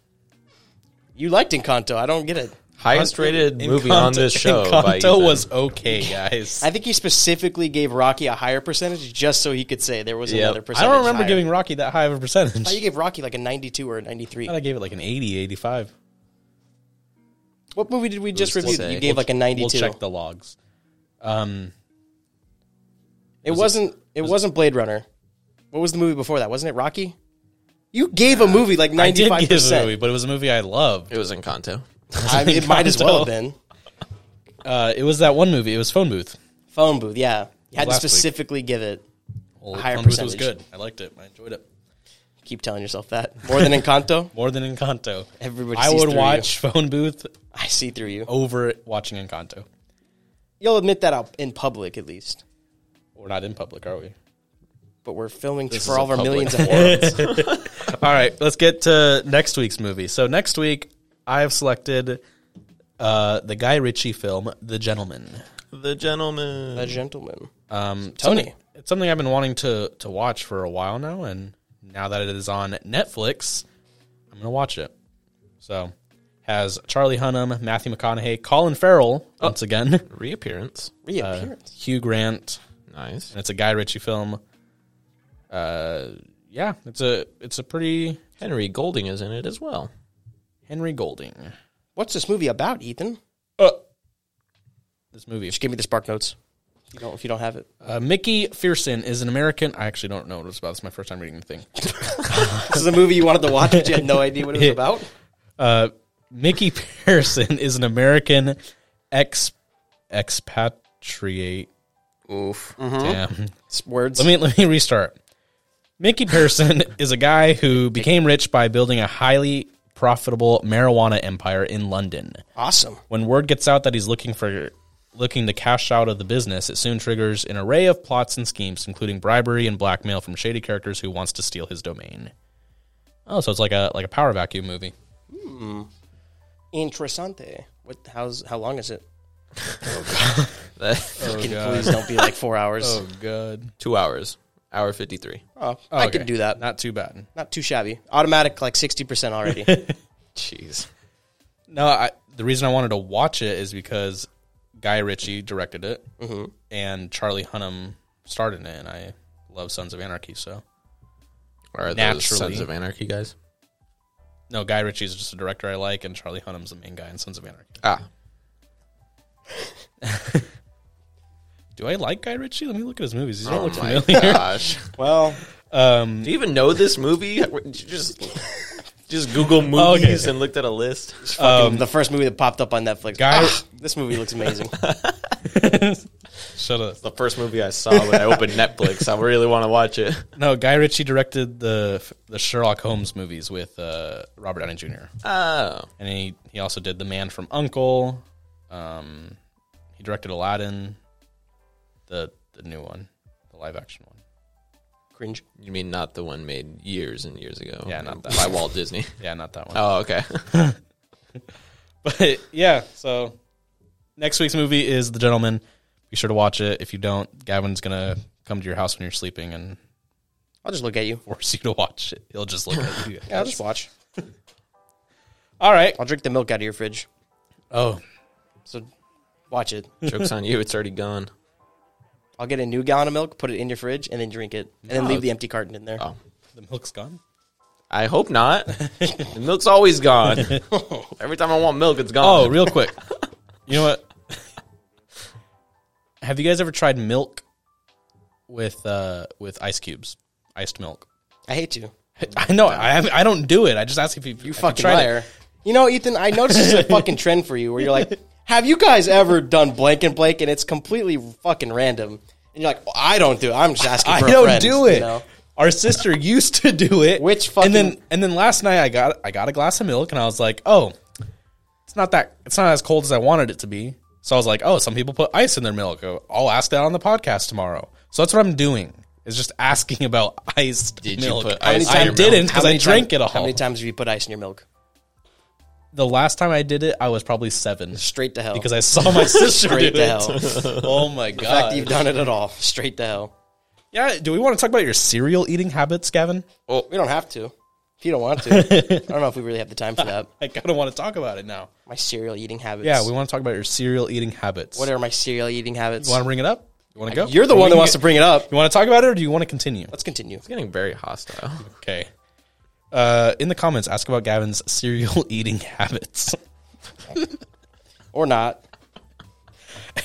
[SPEAKER 3] You liked Encanto. I don't get it.
[SPEAKER 2] Highest rated movie on
[SPEAKER 1] Encanto-
[SPEAKER 2] this show.
[SPEAKER 1] Encanto
[SPEAKER 2] by Ethan.
[SPEAKER 1] was okay, guys.
[SPEAKER 3] I think he specifically gave Rocky a higher percentage just so he could say there was
[SPEAKER 2] Yep.
[SPEAKER 3] another
[SPEAKER 1] I
[SPEAKER 3] percentage.
[SPEAKER 1] don't remember
[SPEAKER 3] higher.
[SPEAKER 1] giving Rocky that high of a percentage.
[SPEAKER 3] Oh, You
[SPEAKER 1] I
[SPEAKER 3] gave Rocky like a 92 or a 93.
[SPEAKER 1] thought I gave it like an 80, 85.
[SPEAKER 3] What movie did we just
[SPEAKER 2] to
[SPEAKER 3] review? that
[SPEAKER 2] say?
[SPEAKER 3] You gave like a 92.
[SPEAKER 1] We'll check the logs. Um,
[SPEAKER 3] it wasn't. It was not Blade Runner. What was the movie before that? Wasn't it Rocky? You gave a movie like
[SPEAKER 1] Uh, I did
[SPEAKER 3] 95.
[SPEAKER 1] give it a movie,
[SPEAKER 3] percent
[SPEAKER 1] but it was a movie I loved.
[SPEAKER 2] It was Encanto.
[SPEAKER 3] I mean, it might as well have been
[SPEAKER 1] Uh, it was that one movie. It was Phone Booth.
[SPEAKER 3] Phone Booth. Yeah, you had to
[SPEAKER 1] Last week.
[SPEAKER 3] specifically give it.
[SPEAKER 1] Well,
[SPEAKER 3] Higher
[SPEAKER 1] Phone Booth was
[SPEAKER 3] percentage.
[SPEAKER 1] good. I liked it. I enjoyed it
[SPEAKER 3] Keep telling yourself that more than Encanto.
[SPEAKER 1] more than Encanto.
[SPEAKER 3] Everybody
[SPEAKER 1] I
[SPEAKER 3] sees
[SPEAKER 1] would
[SPEAKER 3] through
[SPEAKER 1] watch Phone Booth
[SPEAKER 3] I see through you.
[SPEAKER 1] over watching Encanto.
[SPEAKER 3] You'll admit that out in public at least.
[SPEAKER 1] We're not in public, are we?
[SPEAKER 3] But we're filming for
[SPEAKER 2] is
[SPEAKER 3] all
[SPEAKER 2] a
[SPEAKER 3] of our
[SPEAKER 2] public
[SPEAKER 3] millions of worlds.
[SPEAKER 1] All right, let's get to next week's movie. So next week, I have selected uh, the Guy Ritchie film, The Gentleman.
[SPEAKER 2] The gentleman.
[SPEAKER 3] a gentleman.
[SPEAKER 1] Um,
[SPEAKER 3] Tony.
[SPEAKER 1] something- it's something I've been wanting to to watch for a while now, and now that it is on Netflix, I'm gonna watch it. So, has Charlie Hunnam, Matthew McConaughey, Colin Farrell once again,
[SPEAKER 2] Reappearance.
[SPEAKER 3] Reappearance.
[SPEAKER 1] Hugh Grant,
[SPEAKER 2] Nice.
[SPEAKER 1] and it's a Guy Ritchie film. Uh, yeah, it's a it's a pretty
[SPEAKER 2] Henry Golding is in it as well.
[SPEAKER 1] Henry Golding.
[SPEAKER 3] What's this movie about, Ethan?
[SPEAKER 1] Uh, this movie.
[SPEAKER 3] Just give me the spark notes. If you don't, if you don't have it,
[SPEAKER 1] Uh, Mickey Fearson is an American. I actually don't know what it's about. It's my first time reading the thing.
[SPEAKER 3] this is a movie you wanted to watch, but you had no idea what it was about.
[SPEAKER 1] Uh, Mickey Pearson is an American ex expatriate.
[SPEAKER 2] Oof.
[SPEAKER 1] Damn.
[SPEAKER 3] It's words.
[SPEAKER 1] Let me let me restart. Mickey Pearson is a guy who became rich by building a highly profitable marijuana empire in London.
[SPEAKER 3] awesome.
[SPEAKER 1] When word gets out that he's looking for looking to cash out of the business, it soon triggers an array of plots and schemes, including bribery and blackmail from shady characters who wants to steal his domain. Oh, so it's like a like a power vacuum movie.
[SPEAKER 3] Interessante. What? How's how long is it?
[SPEAKER 2] That-
[SPEAKER 3] Can please don't be like four hours. Oh,
[SPEAKER 1] god.
[SPEAKER 2] Two hours. Hour 53.
[SPEAKER 3] I can do that. Not,
[SPEAKER 1] Not too bad.
[SPEAKER 3] too shabby. Automatic, like sixty percent already.
[SPEAKER 2] Jeez.
[SPEAKER 1] No, I, the reason I wanted to watch it is because Guy Ritchie directed it, and Charlie Hunnam starred in it, and I love Sons of Anarchy. So
[SPEAKER 2] Are those
[SPEAKER 1] Naturally.
[SPEAKER 2] Sons of Anarchy guys?
[SPEAKER 1] no, Guy Ritchie's just a director I like, and Charlie Hunnam's the main guy in Sons of Anarchy.
[SPEAKER 2] Ah.
[SPEAKER 1] Do I like Guy Ritchie? Let me look at his movies. These don't
[SPEAKER 2] Oh
[SPEAKER 1] look
[SPEAKER 2] my
[SPEAKER 1] familiar.
[SPEAKER 2] gosh.
[SPEAKER 3] well,
[SPEAKER 2] Do you even know this movie? Did you Just just Google movies and looked at a list.
[SPEAKER 3] fucking the first movie that popped up on Netflix.
[SPEAKER 1] Guy-
[SPEAKER 3] Ah, this movie looks amazing.
[SPEAKER 1] Shut up.
[SPEAKER 2] The first movie I saw when I opened Netflix. I really want to watch it.
[SPEAKER 1] No, Guy Ritchie directed the the Sherlock Holmes movies with uh, Robert Downey Jr.
[SPEAKER 2] Oh.
[SPEAKER 1] and he he also did The Man from Uncle. Um, he directed Aladdin, the the new one, the live action one.
[SPEAKER 3] Cringe.
[SPEAKER 2] You mean not the one made years and years ago?
[SPEAKER 1] Yeah, not that.
[SPEAKER 2] by Walt Disney.
[SPEAKER 1] Yeah, not that one.
[SPEAKER 2] Oh, okay.
[SPEAKER 1] But yeah, so next week's movie is The Gentleman. Be sure to watch it. If you don't, Gavin's gonna come to your house when you're sleeping and
[SPEAKER 3] I'll just look at you.
[SPEAKER 1] force you to watch it. He'll just look at you.
[SPEAKER 3] Yeah, I'll just watch.
[SPEAKER 1] All right.
[SPEAKER 3] I'll drink the milk out of your fridge.
[SPEAKER 1] Oh,
[SPEAKER 3] So watch it.
[SPEAKER 2] Joke's on you. It's already gone.
[SPEAKER 3] I'll get a new gallon of milk, put it in your fridge, and then drink it, and then leave the empty carton in there.
[SPEAKER 2] Oh.
[SPEAKER 1] the milk's gone.
[SPEAKER 2] I hope not. the milk's always gone. Every time I want milk, it's
[SPEAKER 1] Oh,
[SPEAKER 2] gone.
[SPEAKER 1] real quick. You know what? Have you guys ever tried milk with uh with ice cubes? Iced milk.
[SPEAKER 3] I hate you.
[SPEAKER 1] I know. I have, I don't do it. I just ask if you you
[SPEAKER 3] Fucking liar. You know, Ethan, I noticed this is a fucking trend for you where you're like, have you guys ever done blank and blank? And it's completely fucking random. And you're like, well, I don't do it. I'm just asking
[SPEAKER 1] I
[SPEAKER 3] for a
[SPEAKER 1] don't
[SPEAKER 3] friend,
[SPEAKER 1] do it.
[SPEAKER 3] you know?
[SPEAKER 1] Our sister used to do it.
[SPEAKER 3] Which
[SPEAKER 1] and then
[SPEAKER 3] fucking-
[SPEAKER 1] and then last night I got I got a glass of milk and I was like, oh, it's not that it's not as cold as I wanted it to be. So I was like, oh, some people put ice in their milk. Oh, I'll ask that on the podcast tomorrow. So that's what I'm doing is just asking about iced
[SPEAKER 2] Did you
[SPEAKER 1] milk.
[SPEAKER 2] put
[SPEAKER 1] I,
[SPEAKER 2] ice in
[SPEAKER 1] I
[SPEAKER 2] your
[SPEAKER 1] didn't
[SPEAKER 2] milk?
[SPEAKER 1] because
[SPEAKER 3] How
[SPEAKER 1] I
[SPEAKER 3] many
[SPEAKER 1] drank
[SPEAKER 3] times-
[SPEAKER 1] it all.
[SPEAKER 3] How many times have you put ice in your milk?
[SPEAKER 1] The last time I did it, I was probably seven
[SPEAKER 3] Straight to hell.
[SPEAKER 1] because I saw my sister
[SPEAKER 3] Straight
[SPEAKER 1] do
[SPEAKER 3] to
[SPEAKER 1] it.
[SPEAKER 3] hell.
[SPEAKER 1] Oh my
[SPEAKER 3] the fact that
[SPEAKER 1] god!
[SPEAKER 3] you've done it at all, straight to hell.
[SPEAKER 1] Yeah, do we want to talk about your cereal eating habits, Gavin?
[SPEAKER 3] We don't have to. If you don't want to. I don't know if we really have the time for that.
[SPEAKER 1] I kind of want to talk about it now.
[SPEAKER 3] My cereal eating habits.
[SPEAKER 1] Yeah, we want to talk about your cereal eating habits.
[SPEAKER 3] What are my cereal eating habits?
[SPEAKER 1] You want to bring it up? You want to go?
[SPEAKER 3] You're the
[SPEAKER 1] Or
[SPEAKER 3] one
[SPEAKER 1] we
[SPEAKER 3] that
[SPEAKER 1] can
[SPEAKER 3] wants
[SPEAKER 1] get-
[SPEAKER 3] to bring it up.
[SPEAKER 1] You want to talk about it, or do you want to continue?
[SPEAKER 3] Let's continue.
[SPEAKER 2] It's getting very hostile.
[SPEAKER 1] Okay. Uh, in the comments, ask about Gavin's cereal eating habits,
[SPEAKER 3] Or not.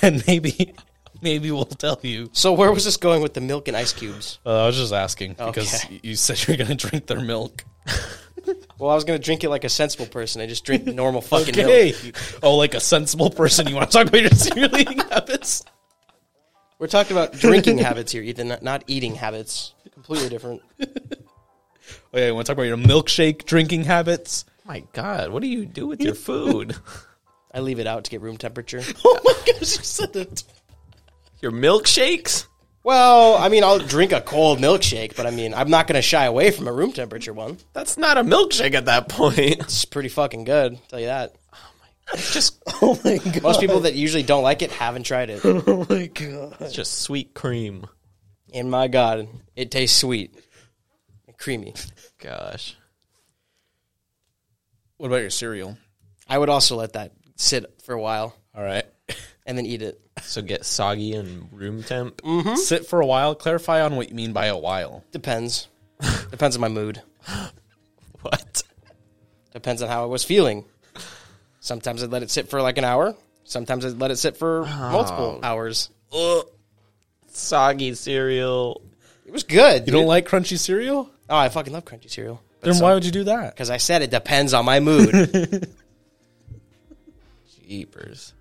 [SPEAKER 1] and maybe, maybe we'll tell you.
[SPEAKER 3] So where was this going with the milk and ice cubes?
[SPEAKER 1] Uh, I was just asking because
[SPEAKER 3] Okay.
[SPEAKER 1] you said you're going to drink their milk.
[SPEAKER 3] Well, I was going to drink it like a sensible person. I just drink normal fucking
[SPEAKER 1] Okay.
[SPEAKER 3] milk.
[SPEAKER 1] Oh, like a sensible person, you want to talk about your cereal eating habits?
[SPEAKER 3] We're talking about drinking habits here, Ethan, not, not eating habits. Completely different.
[SPEAKER 1] Oh yeah, you want to talk about your milkshake drinking habits?
[SPEAKER 2] My God, what do you do with your food?
[SPEAKER 3] I leave it out to get room temperature.
[SPEAKER 1] Oh my gosh, you said it.
[SPEAKER 2] your milkshakes?
[SPEAKER 3] Well, I mean, I'll drink a cold milkshake, but I mean, I'm not going to shy away from a room temperature one.
[SPEAKER 2] That's not a milkshake at that point.
[SPEAKER 3] It's pretty fucking good, I'll tell you that.
[SPEAKER 2] It's just
[SPEAKER 1] Oh my god.
[SPEAKER 3] Most people that usually don't like it haven't tried it.
[SPEAKER 1] Oh my god.
[SPEAKER 2] it's just sweet cream.
[SPEAKER 3] And my God, it tastes sweet and creamy.
[SPEAKER 2] Gosh.
[SPEAKER 1] What about your cereal?
[SPEAKER 3] I would also let that sit for a while
[SPEAKER 1] All right.
[SPEAKER 3] and then eat it.
[SPEAKER 2] So get soggy and room temp.
[SPEAKER 1] Mm.
[SPEAKER 3] Mm-hmm.
[SPEAKER 1] Sit for a while. Clarify on what you mean by a while.
[SPEAKER 3] Depends. Depends on my mood.
[SPEAKER 2] What?
[SPEAKER 3] Depends on how I was feeling. Sometimes I'd let it sit for like an hour. Sometimes I'd let it sit for multiple hours.
[SPEAKER 2] Soggy cereal.
[SPEAKER 3] It was good.
[SPEAKER 1] You don't like crunchy cereal?
[SPEAKER 3] oh, I fucking love crunchy cereal.
[SPEAKER 1] Then why would you do that?
[SPEAKER 3] Because I said it depends on my mood.
[SPEAKER 2] Jeepers.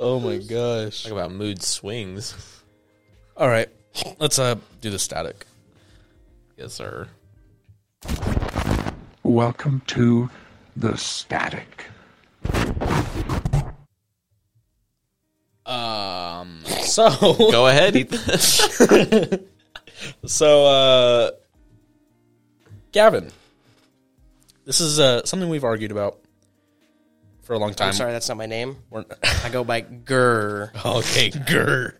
[SPEAKER 1] Oh my gosh.
[SPEAKER 2] Talk about mood swings.
[SPEAKER 1] All right. Let's uh do the static.
[SPEAKER 2] Yes, sir.
[SPEAKER 4] Welcome to the static.
[SPEAKER 1] So
[SPEAKER 2] Go ahead, Ethan.
[SPEAKER 1] so uh Gavin. This is uh something we've argued about for a long time.
[SPEAKER 3] I'm sorry, that's not my name.
[SPEAKER 1] We're-
[SPEAKER 3] I go by Gurr.
[SPEAKER 1] okay, grr.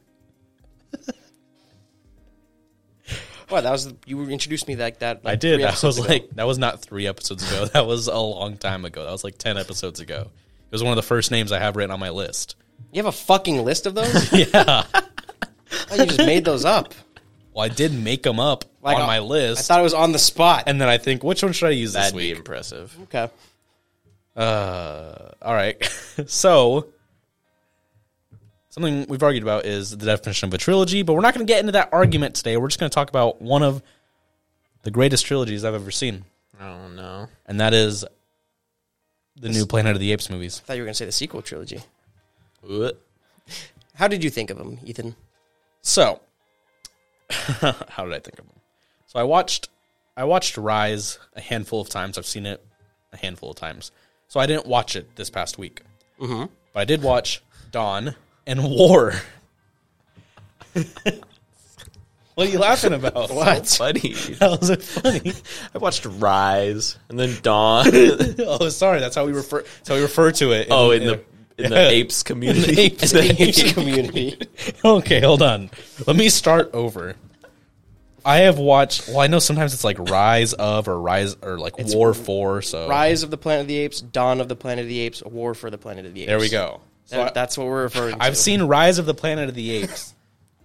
[SPEAKER 3] What? That was you introduced me like that. like,
[SPEAKER 1] I did.
[SPEAKER 3] three
[SPEAKER 1] That
[SPEAKER 3] episodes
[SPEAKER 1] was
[SPEAKER 3] ago.
[SPEAKER 1] like that was not three episodes ago. That was a long time ago. That was like ten episodes ago. It was one of the first names I have written on my list.
[SPEAKER 3] you have a fucking list of those. yeah, you just made those up.
[SPEAKER 1] Well, I did make them up
[SPEAKER 3] Like,
[SPEAKER 1] on
[SPEAKER 3] uh,
[SPEAKER 1] my
[SPEAKER 3] I
[SPEAKER 1] list,
[SPEAKER 3] thought it was on the spot.
[SPEAKER 1] and then I think which one should I use this
[SPEAKER 2] That'd be
[SPEAKER 1] week?
[SPEAKER 2] impressive.
[SPEAKER 3] okay,
[SPEAKER 1] Uh, all right. so something we've argued about is the definition of a trilogy, but we're not going to get into that argument today. We're just going to talk about one of the greatest trilogies I've ever seen,
[SPEAKER 2] Oh no.
[SPEAKER 1] and that is the new Planet of the Apes movies.
[SPEAKER 3] I thought you were gonna say the sequel trilogy.
[SPEAKER 2] What?
[SPEAKER 3] How did you think of them, Ethan?
[SPEAKER 1] So, how did I think of them? So I watched I watched Rise a handful of times. I've seen it a handful of times. So I didn't watch it this past week, mm-hmm. but I did watch Dawn and War. what are you laughing about?
[SPEAKER 2] What? Buddy.
[SPEAKER 1] How is it funny?
[SPEAKER 2] I watched Rise and then Dawn.
[SPEAKER 1] oh, sorry. That's how we refer. That's how we refer to it.
[SPEAKER 2] oh, in the in the apes community.
[SPEAKER 1] apes.
[SPEAKER 3] Apes community.
[SPEAKER 1] okay, hold on. Let me start over. I have watched. Well, I know sometimes it's like Rise of or Rise or like War for. So
[SPEAKER 3] Rise of the Planet of the Apes, Dawn of the Planet of the Apes, War for the Planet of the Apes.
[SPEAKER 1] there we go. So
[SPEAKER 3] That-
[SPEAKER 1] I,
[SPEAKER 3] that's what we're referring to.
[SPEAKER 1] I've seen Rise of the Planet of the Apes,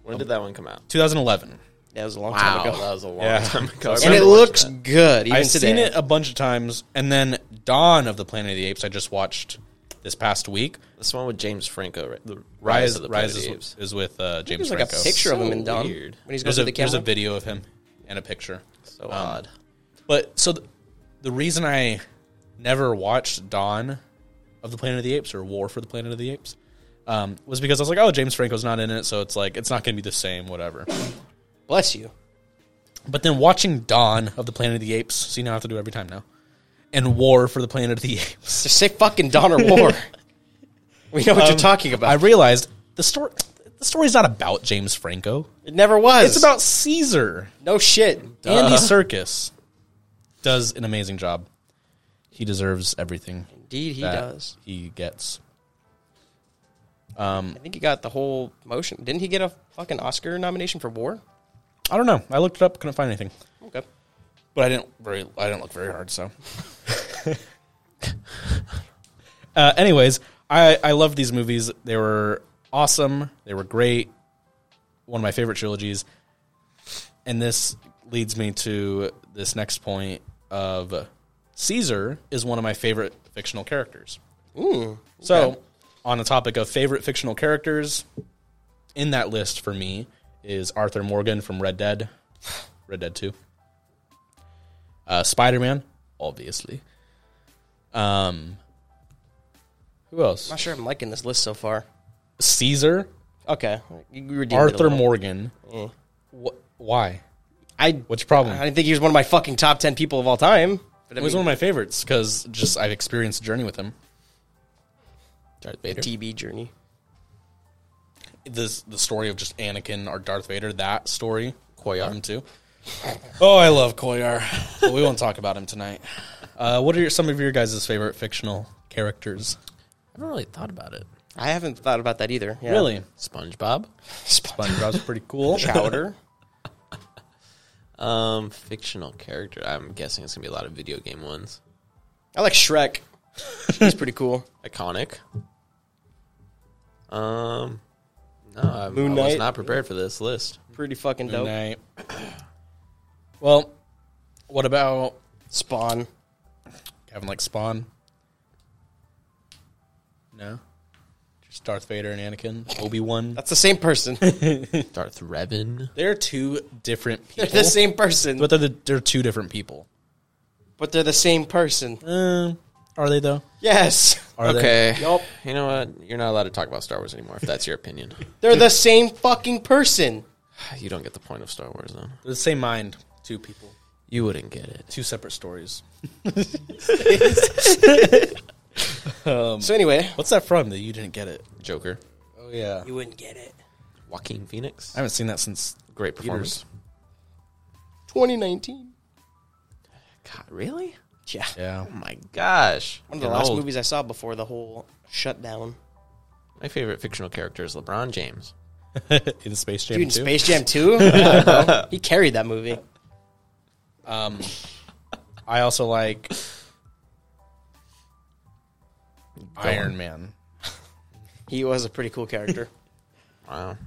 [SPEAKER 2] When did that one come out?
[SPEAKER 1] 2011.
[SPEAKER 3] that was a long
[SPEAKER 2] Wow,
[SPEAKER 3] time
[SPEAKER 2] that
[SPEAKER 3] ago,
[SPEAKER 2] was a long
[SPEAKER 1] Yeah.
[SPEAKER 2] time ago. I
[SPEAKER 1] And
[SPEAKER 3] and it
[SPEAKER 2] remember watching
[SPEAKER 3] looks
[SPEAKER 2] that.
[SPEAKER 3] good. Even
[SPEAKER 1] I've
[SPEAKER 3] today.
[SPEAKER 1] seen it a bunch of times, and then Dawn of the Planet of the Apes. I just watched this past week.
[SPEAKER 2] This one with James Franco, right? The
[SPEAKER 1] Rise,
[SPEAKER 2] of the
[SPEAKER 1] Rise
[SPEAKER 2] Planet of the
[SPEAKER 1] is,
[SPEAKER 2] Apes.
[SPEAKER 1] is with uh, James
[SPEAKER 3] There's like a
[SPEAKER 1] Franco.
[SPEAKER 3] picture of him in
[SPEAKER 2] So
[SPEAKER 3] Dawn
[SPEAKER 2] weird.
[SPEAKER 3] when he's going
[SPEAKER 1] There's
[SPEAKER 3] through
[SPEAKER 1] a,
[SPEAKER 3] the
[SPEAKER 1] there's
[SPEAKER 3] camera.
[SPEAKER 1] a um, video of him and a picture.
[SPEAKER 2] So odd.
[SPEAKER 1] But so th- the reason I never watched Dawn of the Planet of the Apes or War for the Planet of the Apes um, was because I was like, oh, James Franco's not in it, so it's like it's not going to be the same, whatever.
[SPEAKER 3] Bless you.
[SPEAKER 1] But then watching Dawn of the Planet of the Apes, see now I have to do it every time now, and War for the Planet of the Apes,
[SPEAKER 3] Just say fucking Dawn or War. we know what
[SPEAKER 1] Um,
[SPEAKER 3] you're talking about.
[SPEAKER 1] I realized the story the story's not about James Franco.
[SPEAKER 3] it never was.
[SPEAKER 1] It's about Caesar.
[SPEAKER 3] no shit.
[SPEAKER 1] Andy Circus does an amazing job. He deserves everything
[SPEAKER 3] Indeed, he
[SPEAKER 1] that
[SPEAKER 3] does.
[SPEAKER 1] he gets.
[SPEAKER 3] I think he got the whole motion. Didn't he get a fucking Oscar nomination for War?
[SPEAKER 1] I don't know. I looked it up, couldn't find anything.
[SPEAKER 3] Okay.
[SPEAKER 1] But I didn't very I didn't look very hard, so. uh, anyways, I I loved these movies. They were awesome. They were great. One of my favorite trilogies. And this leads me to this next point of Caesar is one of my favorite fictional characters.
[SPEAKER 3] Ooh.
[SPEAKER 1] So, on the topic of favorite fictional characters, in that list for me is Arthur Morgan from Red Dead, Red Dead Two, uh, Spider Man, obviously. Um, who else?
[SPEAKER 3] Not sure I'm liking this list so far.
[SPEAKER 1] Caesar,
[SPEAKER 3] Okay. You redeemed it Mm. a
[SPEAKER 1] Arthur
[SPEAKER 3] little.
[SPEAKER 1] Morgan. Wh- why?
[SPEAKER 3] I,
[SPEAKER 1] What's your problem?
[SPEAKER 3] I didn't think he was one of my fucking top 10 people of all time. But I
[SPEAKER 1] it was
[SPEAKER 3] mean,
[SPEAKER 1] one of my favorites because just I've experienced a journey with him. Darth Vader.
[SPEAKER 3] TB journey.
[SPEAKER 1] this the story of just Anakin or Darth Vader. That story, Koyar him too. Oh, I love Koyar, but we won't talk about him tonight. Uh, what are your, some of your guys' favorite fictional characters?
[SPEAKER 2] I haven't really thought about it.
[SPEAKER 3] I haven't thought about that either. Yeah.
[SPEAKER 1] Really,
[SPEAKER 2] SpongeBob.
[SPEAKER 1] SpongeBob's pretty cool.
[SPEAKER 3] Chowder.
[SPEAKER 2] Um, fictional character. I'm guessing it's gonna be a lot of video game ones.
[SPEAKER 3] I like Shrek. He's pretty cool.
[SPEAKER 2] Iconic. Um, no, I, I
[SPEAKER 3] Moon
[SPEAKER 2] was
[SPEAKER 3] Knight.
[SPEAKER 2] not prepared for this list.
[SPEAKER 3] Pretty fucking dope.
[SPEAKER 1] Night. Well, what about
[SPEAKER 3] Spawn.
[SPEAKER 1] Kevin like Spawn? No. Just Darth Vader and Anakin, Obi Wan.
[SPEAKER 3] That's the same person.
[SPEAKER 2] Darth Revan.
[SPEAKER 1] They're two different people.
[SPEAKER 3] the same person.
[SPEAKER 1] But they're, the, they're two different people.
[SPEAKER 3] But they're the same person.
[SPEAKER 1] Uh, are they though?
[SPEAKER 3] Yes.
[SPEAKER 1] Are they?
[SPEAKER 2] Okay.
[SPEAKER 3] Yup.
[SPEAKER 2] You know what? You're not allowed to talk about Star Wars anymore if that's your opinion.
[SPEAKER 3] They're the same fucking person.
[SPEAKER 2] You don't get the point of Star Wars, though.
[SPEAKER 1] They're the same mind. Two people.
[SPEAKER 2] You wouldn't get it.
[SPEAKER 1] Two separate stories.
[SPEAKER 3] So anyway,
[SPEAKER 1] What's that from? That you didn't get it?
[SPEAKER 2] Joker.
[SPEAKER 1] Oh yeah.
[SPEAKER 3] you wouldn't get it.
[SPEAKER 2] Joaquin Phoenix.
[SPEAKER 1] I haven't seen that since
[SPEAKER 2] Great performance.
[SPEAKER 3] 2019.
[SPEAKER 2] God, really?
[SPEAKER 3] Yeah.
[SPEAKER 1] Yeah.
[SPEAKER 2] Oh my gosh.
[SPEAKER 3] One of the
[SPEAKER 2] Getting
[SPEAKER 3] last
[SPEAKER 2] old.
[SPEAKER 3] movies I saw before the whole shutdown.
[SPEAKER 2] My favorite fictional character is LeBron James.
[SPEAKER 1] in Space Jam
[SPEAKER 3] Dude, in
[SPEAKER 1] 2.
[SPEAKER 3] Space Jam 2? Yeah, bro. he carried that movie.
[SPEAKER 1] I also like Iron Man.
[SPEAKER 3] He was a pretty cool character.
[SPEAKER 2] Wow.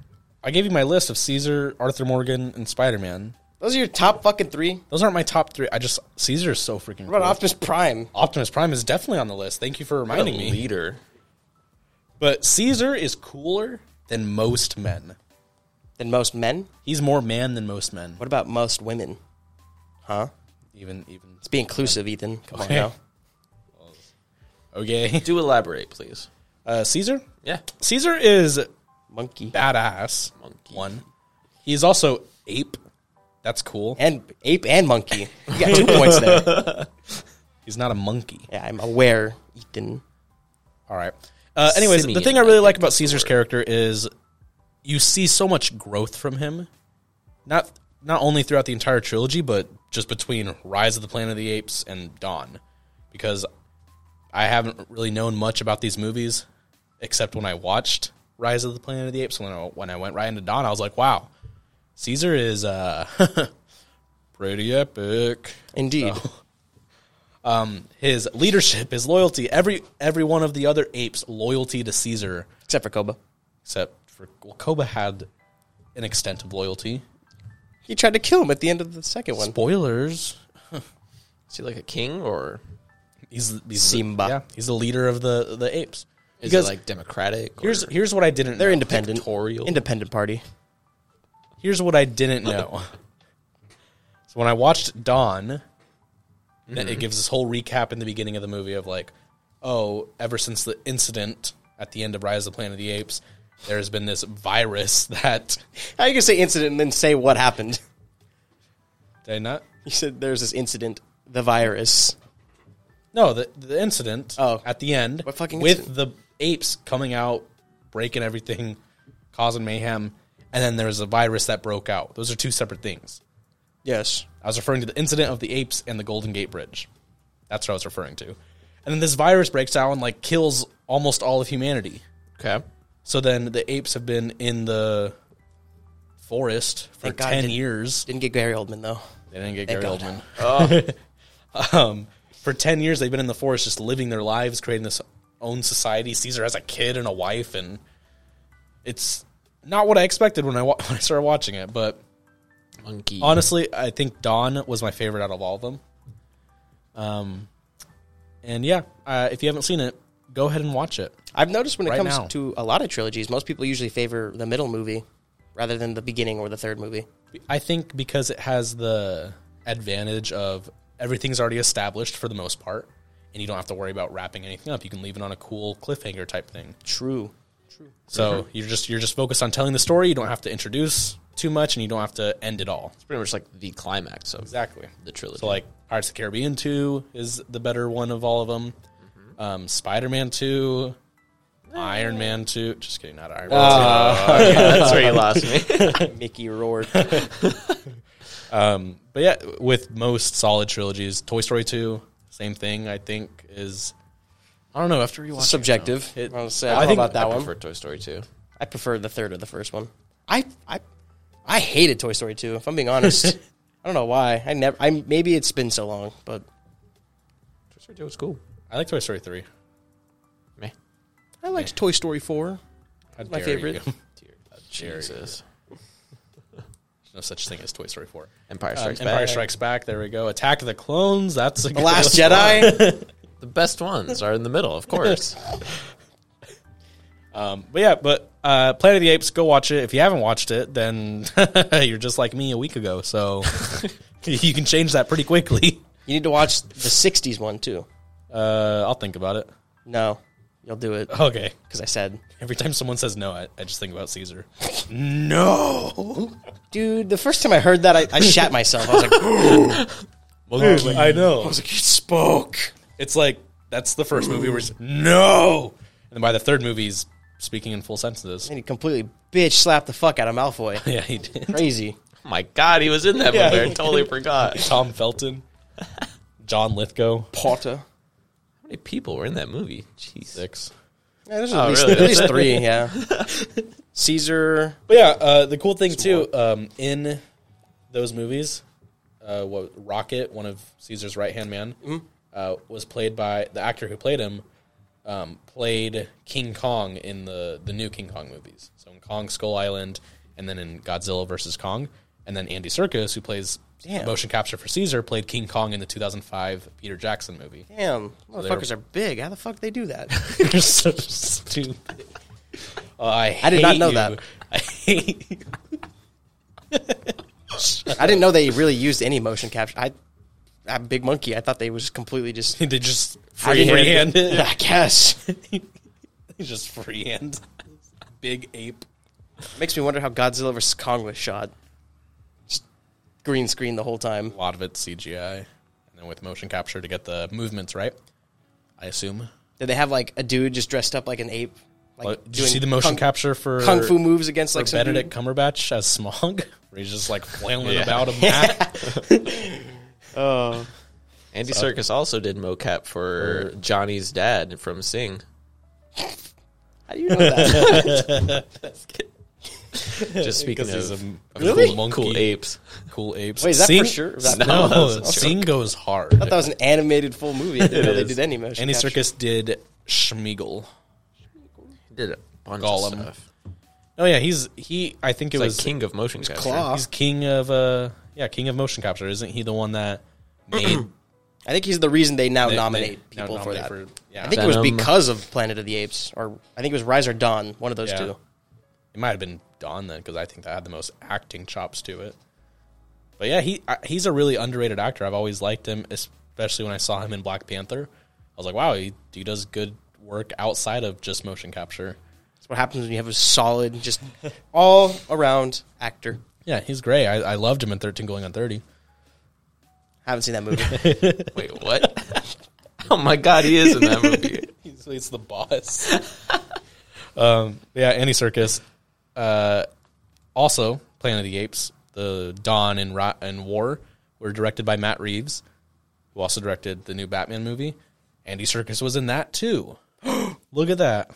[SPEAKER 1] I gave you my list of Caesar, Arthur Morgan, and Spider Man.
[SPEAKER 3] Those are your top fucking three.
[SPEAKER 1] Those aren't my top three. I just Caesar is so freaking.
[SPEAKER 3] What
[SPEAKER 1] cool.
[SPEAKER 3] about Optimus Prime?
[SPEAKER 1] Optimus Prime is definitely on the list. Thank you for
[SPEAKER 2] What a
[SPEAKER 1] reminding me.
[SPEAKER 2] leader.
[SPEAKER 1] But Caesar is cooler than most men.
[SPEAKER 3] Than most men?
[SPEAKER 1] He's more man than most men.
[SPEAKER 3] What about most women? Huh?
[SPEAKER 1] Even even
[SPEAKER 3] Let's be inclusive, Ethan. Come
[SPEAKER 1] Okay.
[SPEAKER 3] on now.
[SPEAKER 1] okay.
[SPEAKER 2] Do elaborate, please.
[SPEAKER 1] Uh, Caesar.
[SPEAKER 2] Yeah.
[SPEAKER 1] Caesar is
[SPEAKER 3] Monkey.
[SPEAKER 1] badass.
[SPEAKER 2] Monkey.
[SPEAKER 1] One. He's also ape. That's cool.
[SPEAKER 3] And ape and monkey. You got two points there.
[SPEAKER 1] He's not a monkey.
[SPEAKER 3] Yeah, I'm aware, Ethan.
[SPEAKER 1] All right. Uh, anyways, the
[SPEAKER 2] Simeon,
[SPEAKER 1] thing I
[SPEAKER 2] I
[SPEAKER 1] really
[SPEAKER 2] think
[SPEAKER 1] like about
[SPEAKER 2] that's the
[SPEAKER 1] Caesar's
[SPEAKER 2] word.
[SPEAKER 1] character is you see so much growth from him, not not only throughout the entire trilogy, but just between Rise of the Planet of the Apes and Dawn, because I haven't really known much about these movies except when I watched Rise of the Planet of the Apes. When I, when I went right into Dawn, I was like, wow, Caesar is uh, pretty epic
[SPEAKER 3] Indeed.
[SPEAKER 1] his leadership, his loyalty, every every one of the other apes' loyalty to Caesar,
[SPEAKER 3] Except for Koba.
[SPEAKER 1] except for well, Koba had an extent of loyalty.
[SPEAKER 3] He tried to kill him at the end of the second one.
[SPEAKER 1] Spoilers.
[SPEAKER 2] Is he like a king or
[SPEAKER 1] He's, he's
[SPEAKER 3] Simba.
[SPEAKER 1] The, yeah, he's the leader of the the apes.
[SPEAKER 2] is
[SPEAKER 1] Because
[SPEAKER 2] it like democratic?
[SPEAKER 1] here's
[SPEAKER 2] or
[SPEAKER 1] here's what I didn't.
[SPEAKER 3] They're
[SPEAKER 1] know.
[SPEAKER 3] independent.
[SPEAKER 2] dictatorial?
[SPEAKER 3] Independent party.
[SPEAKER 1] Here's what I didn't know. so when I watched Dawn, then
[SPEAKER 3] Mm-hmm.
[SPEAKER 1] it gives this whole recap in the beginning of the movie of like, oh, ever since the incident at the end of Rise of the Planet of the Apes, there has been this virus that
[SPEAKER 3] How you gonna say incident and then say what happened?
[SPEAKER 1] did I not
[SPEAKER 3] You said there's this incident, the virus.
[SPEAKER 1] No, the the incident
[SPEAKER 3] Oh.
[SPEAKER 1] at the end
[SPEAKER 3] What fucking
[SPEAKER 1] with
[SPEAKER 3] incident?
[SPEAKER 1] the apes coming out, breaking everything, causing mayhem, and then there was a virus that broke out. Those are two separate things.
[SPEAKER 3] Yes.
[SPEAKER 1] I was referring to the incident of the apes and the Golden Gate Bridge. That's what I was referring to. And then this virus breaks out and like kills almost all of humanity.
[SPEAKER 2] okay.
[SPEAKER 1] So then the apes have been in the forest for
[SPEAKER 3] Thank God
[SPEAKER 1] ten
[SPEAKER 3] didn't-
[SPEAKER 1] years.
[SPEAKER 3] Didn't get Gary Oldman though.
[SPEAKER 1] They didn't get Gary
[SPEAKER 3] God.
[SPEAKER 1] Oldman. um, for ten years, they've been in the forest, just living their lives, creating this own society. Caesar has a kid and a wife, and it's not what I expected when I wa- when I started watching it. But
[SPEAKER 2] Monkey.
[SPEAKER 1] honestly, I think Dawn was my favorite out of all of them. Um, and yeah, uh, if you haven't seen it, go ahead and watch it.
[SPEAKER 3] I've noticed when it
[SPEAKER 1] Right
[SPEAKER 3] comes
[SPEAKER 1] now.
[SPEAKER 3] to a lot of trilogies, most people usually favor the middle movie rather than the beginning or the third movie.
[SPEAKER 1] I think because it has the advantage of everything's already established for the most part, and you don't have to worry about wrapping anything up. You can leave it on a cool cliffhanger type thing.
[SPEAKER 3] True.
[SPEAKER 1] So you're just you're just focused on telling the story. You don't have to introduce too much, and you don't have to end it all.
[SPEAKER 2] it's pretty much like the climax of
[SPEAKER 1] Exactly.
[SPEAKER 2] the trilogy.
[SPEAKER 1] So like Pirates of the Caribbean two is the better one of all of them. Um, Spider Man two, Iron Man two. Just kidding, not Iron Man.
[SPEAKER 2] that's where you lost me.
[SPEAKER 3] Mickey roared.
[SPEAKER 1] But yeah, with most solid trilogies, Toy Story two, same thing. I think is, I don't know. After you watch,
[SPEAKER 3] Subjective. I, don't say, I
[SPEAKER 1] I
[SPEAKER 3] don't know
[SPEAKER 1] think-
[SPEAKER 3] about that
[SPEAKER 2] I
[SPEAKER 3] one.
[SPEAKER 2] prefer Toy Story 2.
[SPEAKER 3] I prefer the third or the first one. I I I hated Toy Story 2, if I'm being honest. I don't know why. I never I maybe it's been so long, but
[SPEAKER 2] Toy Story 2 was cool.
[SPEAKER 1] I like Toy Story three.
[SPEAKER 2] Meh.
[SPEAKER 1] I liked Toy Story four.
[SPEAKER 3] My favorite.
[SPEAKER 2] Dear Jesus.
[SPEAKER 1] no such thing as Toy Story four.
[SPEAKER 2] Empire
[SPEAKER 1] Um,
[SPEAKER 2] Strikes
[SPEAKER 1] Empire
[SPEAKER 2] Back.
[SPEAKER 1] Strikes Back. There we go. Attack of the Clones. That's a
[SPEAKER 3] The Last Jedi.
[SPEAKER 2] The best ones are in the middle, of course. Oh
[SPEAKER 1] Um, but yeah, but uh, Planet of the Apes. Go watch it. If you haven't watched it, then you're just like me a week ago. So you can change that pretty quickly.
[SPEAKER 3] You need to watch the '60s one too.
[SPEAKER 1] Uh, I'll think about it.
[SPEAKER 3] No, you'll do it
[SPEAKER 1] Okay.
[SPEAKER 3] because I said,
[SPEAKER 1] Every time someone says no, I, I just think about Caesar. no.
[SPEAKER 3] dude. The first time I heard that, I, I shat myself. I was like,
[SPEAKER 1] I know.
[SPEAKER 3] like, you spoke. Mm.
[SPEAKER 1] It's like that's the first movie where it's no, and then by the third movie, he's speaking in full sentences.
[SPEAKER 3] And he completely bitch slapped the fuck out of Malfoy.
[SPEAKER 1] Yeah, he did.
[SPEAKER 3] Crazy.
[SPEAKER 2] Oh my God, he was in that
[SPEAKER 1] Yeah.
[SPEAKER 2] movie. I totally forgot. How
[SPEAKER 1] Tom Felton, John Lithgow,
[SPEAKER 3] Potter.
[SPEAKER 2] many people were in that movie? Jeez.
[SPEAKER 1] six.
[SPEAKER 3] Yeah, there's
[SPEAKER 2] Oh,
[SPEAKER 3] at, least,
[SPEAKER 2] really?
[SPEAKER 3] at least three, yeah. Caesar.
[SPEAKER 1] But yeah, uh, the cool thing too um, in those movies, uh, what Rocket, one of Caesar's right hand man,
[SPEAKER 3] Mm-hmm.
[SPEAKER 1] uh, was played by the actor who played him. Um, played King Kong in the the new King Kong movies, so in Kong Skull Island, and then in Godzilla versus Kong, and then Andy Serkis, who plays
[SPEAKER 3] Damn.
[SPEAKER 1] motion capture for Caesar, played King Kong in the 2005 Peter Jackson movie.
[SPEAKER 3] Damn, motherfuckers are big. How the fuck they do that?
[SPEAKER 1] You're so stupid. Oh, I,
[SPEAKER 3] I did not
[SPEAKER 1] hate
[SPEAKER 3] know
[SPEAKER 1] you.
[SPEAKER 3] that.
[SPEAKER 1] I hate you.
[SPEAKER 3] I didn't know they really used any motion capture. I, I big monkey. I thought they was completely just
[SPEAKER 1] They just
[SPEAKER 3] I didn't really-
[SPEAKER 1] freehand it.
[SPEAKER 3] I guess
[SPEAKER 1] He's just freehand. Big ape.
[SPEAKER 3] makes me wonder how Godzilla vs Kong was shot. Just green screen the whole time.
[SPEAKER 1] A lot of it CGI, and then with motion capture to get the movements right. I assume.
[SPEAKER 3] Did they have like a dude just dressed up like an ape? Like
[SPEAKER 1] But did you see the motion
[SPEAKER 3] kung,
[SPEAKER 1] capture for
[SPEAKER 3] kung fu moves against
[SPEAKER 1] for
[SPEAKER 3] like some
[SPEAKER 1] Benedict
[SPEAKER 3] dude?
[SPEAKER 1] Cumberbatch as Smog? Where he's just like flailing
[SPEAKER 2] Yeah.
[SPEAKER 1] about a map.
[SPEAKER 2] Andy Serkis also did mocap for Johnny's dad from Sing.
[SPEAKER 3] How do you know that?
[SPEAKER 2] Just speaking
[SPEAKER 1] Because he's
[SPEAKER 2] of,
[SPEAKER 1] a,
[SPEAKER 2] of
[SPEAKER 1] a
[SPEAKER 2] cool,
[SPEAKER 1] cool monkey,
[SPEAKER 2] cool apes.
[SPEAKER 1] cool apes.
[SPEAKER 3] Wait, is that for
[SPEAKER 1] Sing-
[SPEAKER 3] sure? Is that-
[SPEAKER 1] no,
[SPEAKER 2] No, that was a
[SPEAKER 1] Sing goes hard.
[SPEAKER 3] that was an animated full movie. I didn't know they
[SPEAKER 2] is.
[SPEAKER 3] did any motion.
[SPEAKER 1] Andy
[SPEAKER 3] capture.
[SPEAKER 1] Circus did Schmiegel.
[SPEAKER 2] He did a bunch
[SPEAKER 1] Gollum.
[SPEAKER 2] of stuff.
[SPEAKER 1] Oh yeah, he's he. I think it
[SPEAKER 2] He's like
[SPEAKER 1] was
[SPEAKER 2] king of motion capture.
[SPEAKER 3] Claw.
[SPEAKER 1] He's king of uh yeah, king of motion capture. Isn't he the one that made
[SPEAKER 3] I think he's the reason they now
[SPEAKER 1] They- they
[SPEAKER 3] nominate
[SPEAKER 1] now
[SPEAKER 3] people for
[SPEAKER 1] nominate
[SPEAKER 3] that.
[SPEAKER 1] for- yeah.
[SPEAKER 3] I think it was
[SPEAKER 2] Venom.
[SPEAKER 3] because of Planet of the Apes, or I think it was Rise or Dawn, one of those
[SPEAKER 1] Yeah.
[SPEAKER 3] two.
[SPEAKER 1] It might have been Don then because I think that had the most acting chops to it. But yeah, he I- he's a really underrated actor. I've always liked him, especially when I saw him in Black Panther. I was like, wow, he, he does good work outside of just motion capture.
[SPEAKER 3] That's what happens when you have a solid, just all around actor.
[SPEAKER 1] Yeah, he's great. I, I loved him in Thirteen Going on Thirty.
[SPEAKER 3] Haven't seen that movie.
[SPEAKER 2] Wait, what? oh my God, he is in that movie.
[SPEAKER 1] He's, he's the boss. um, yeah, Andy Circus. Uh, also, Planet of the Apes, the Dawn and Rot and War were directed by Matt Reeves, who also directed the new Batman movie. Andy Circus was in that too. Look at that.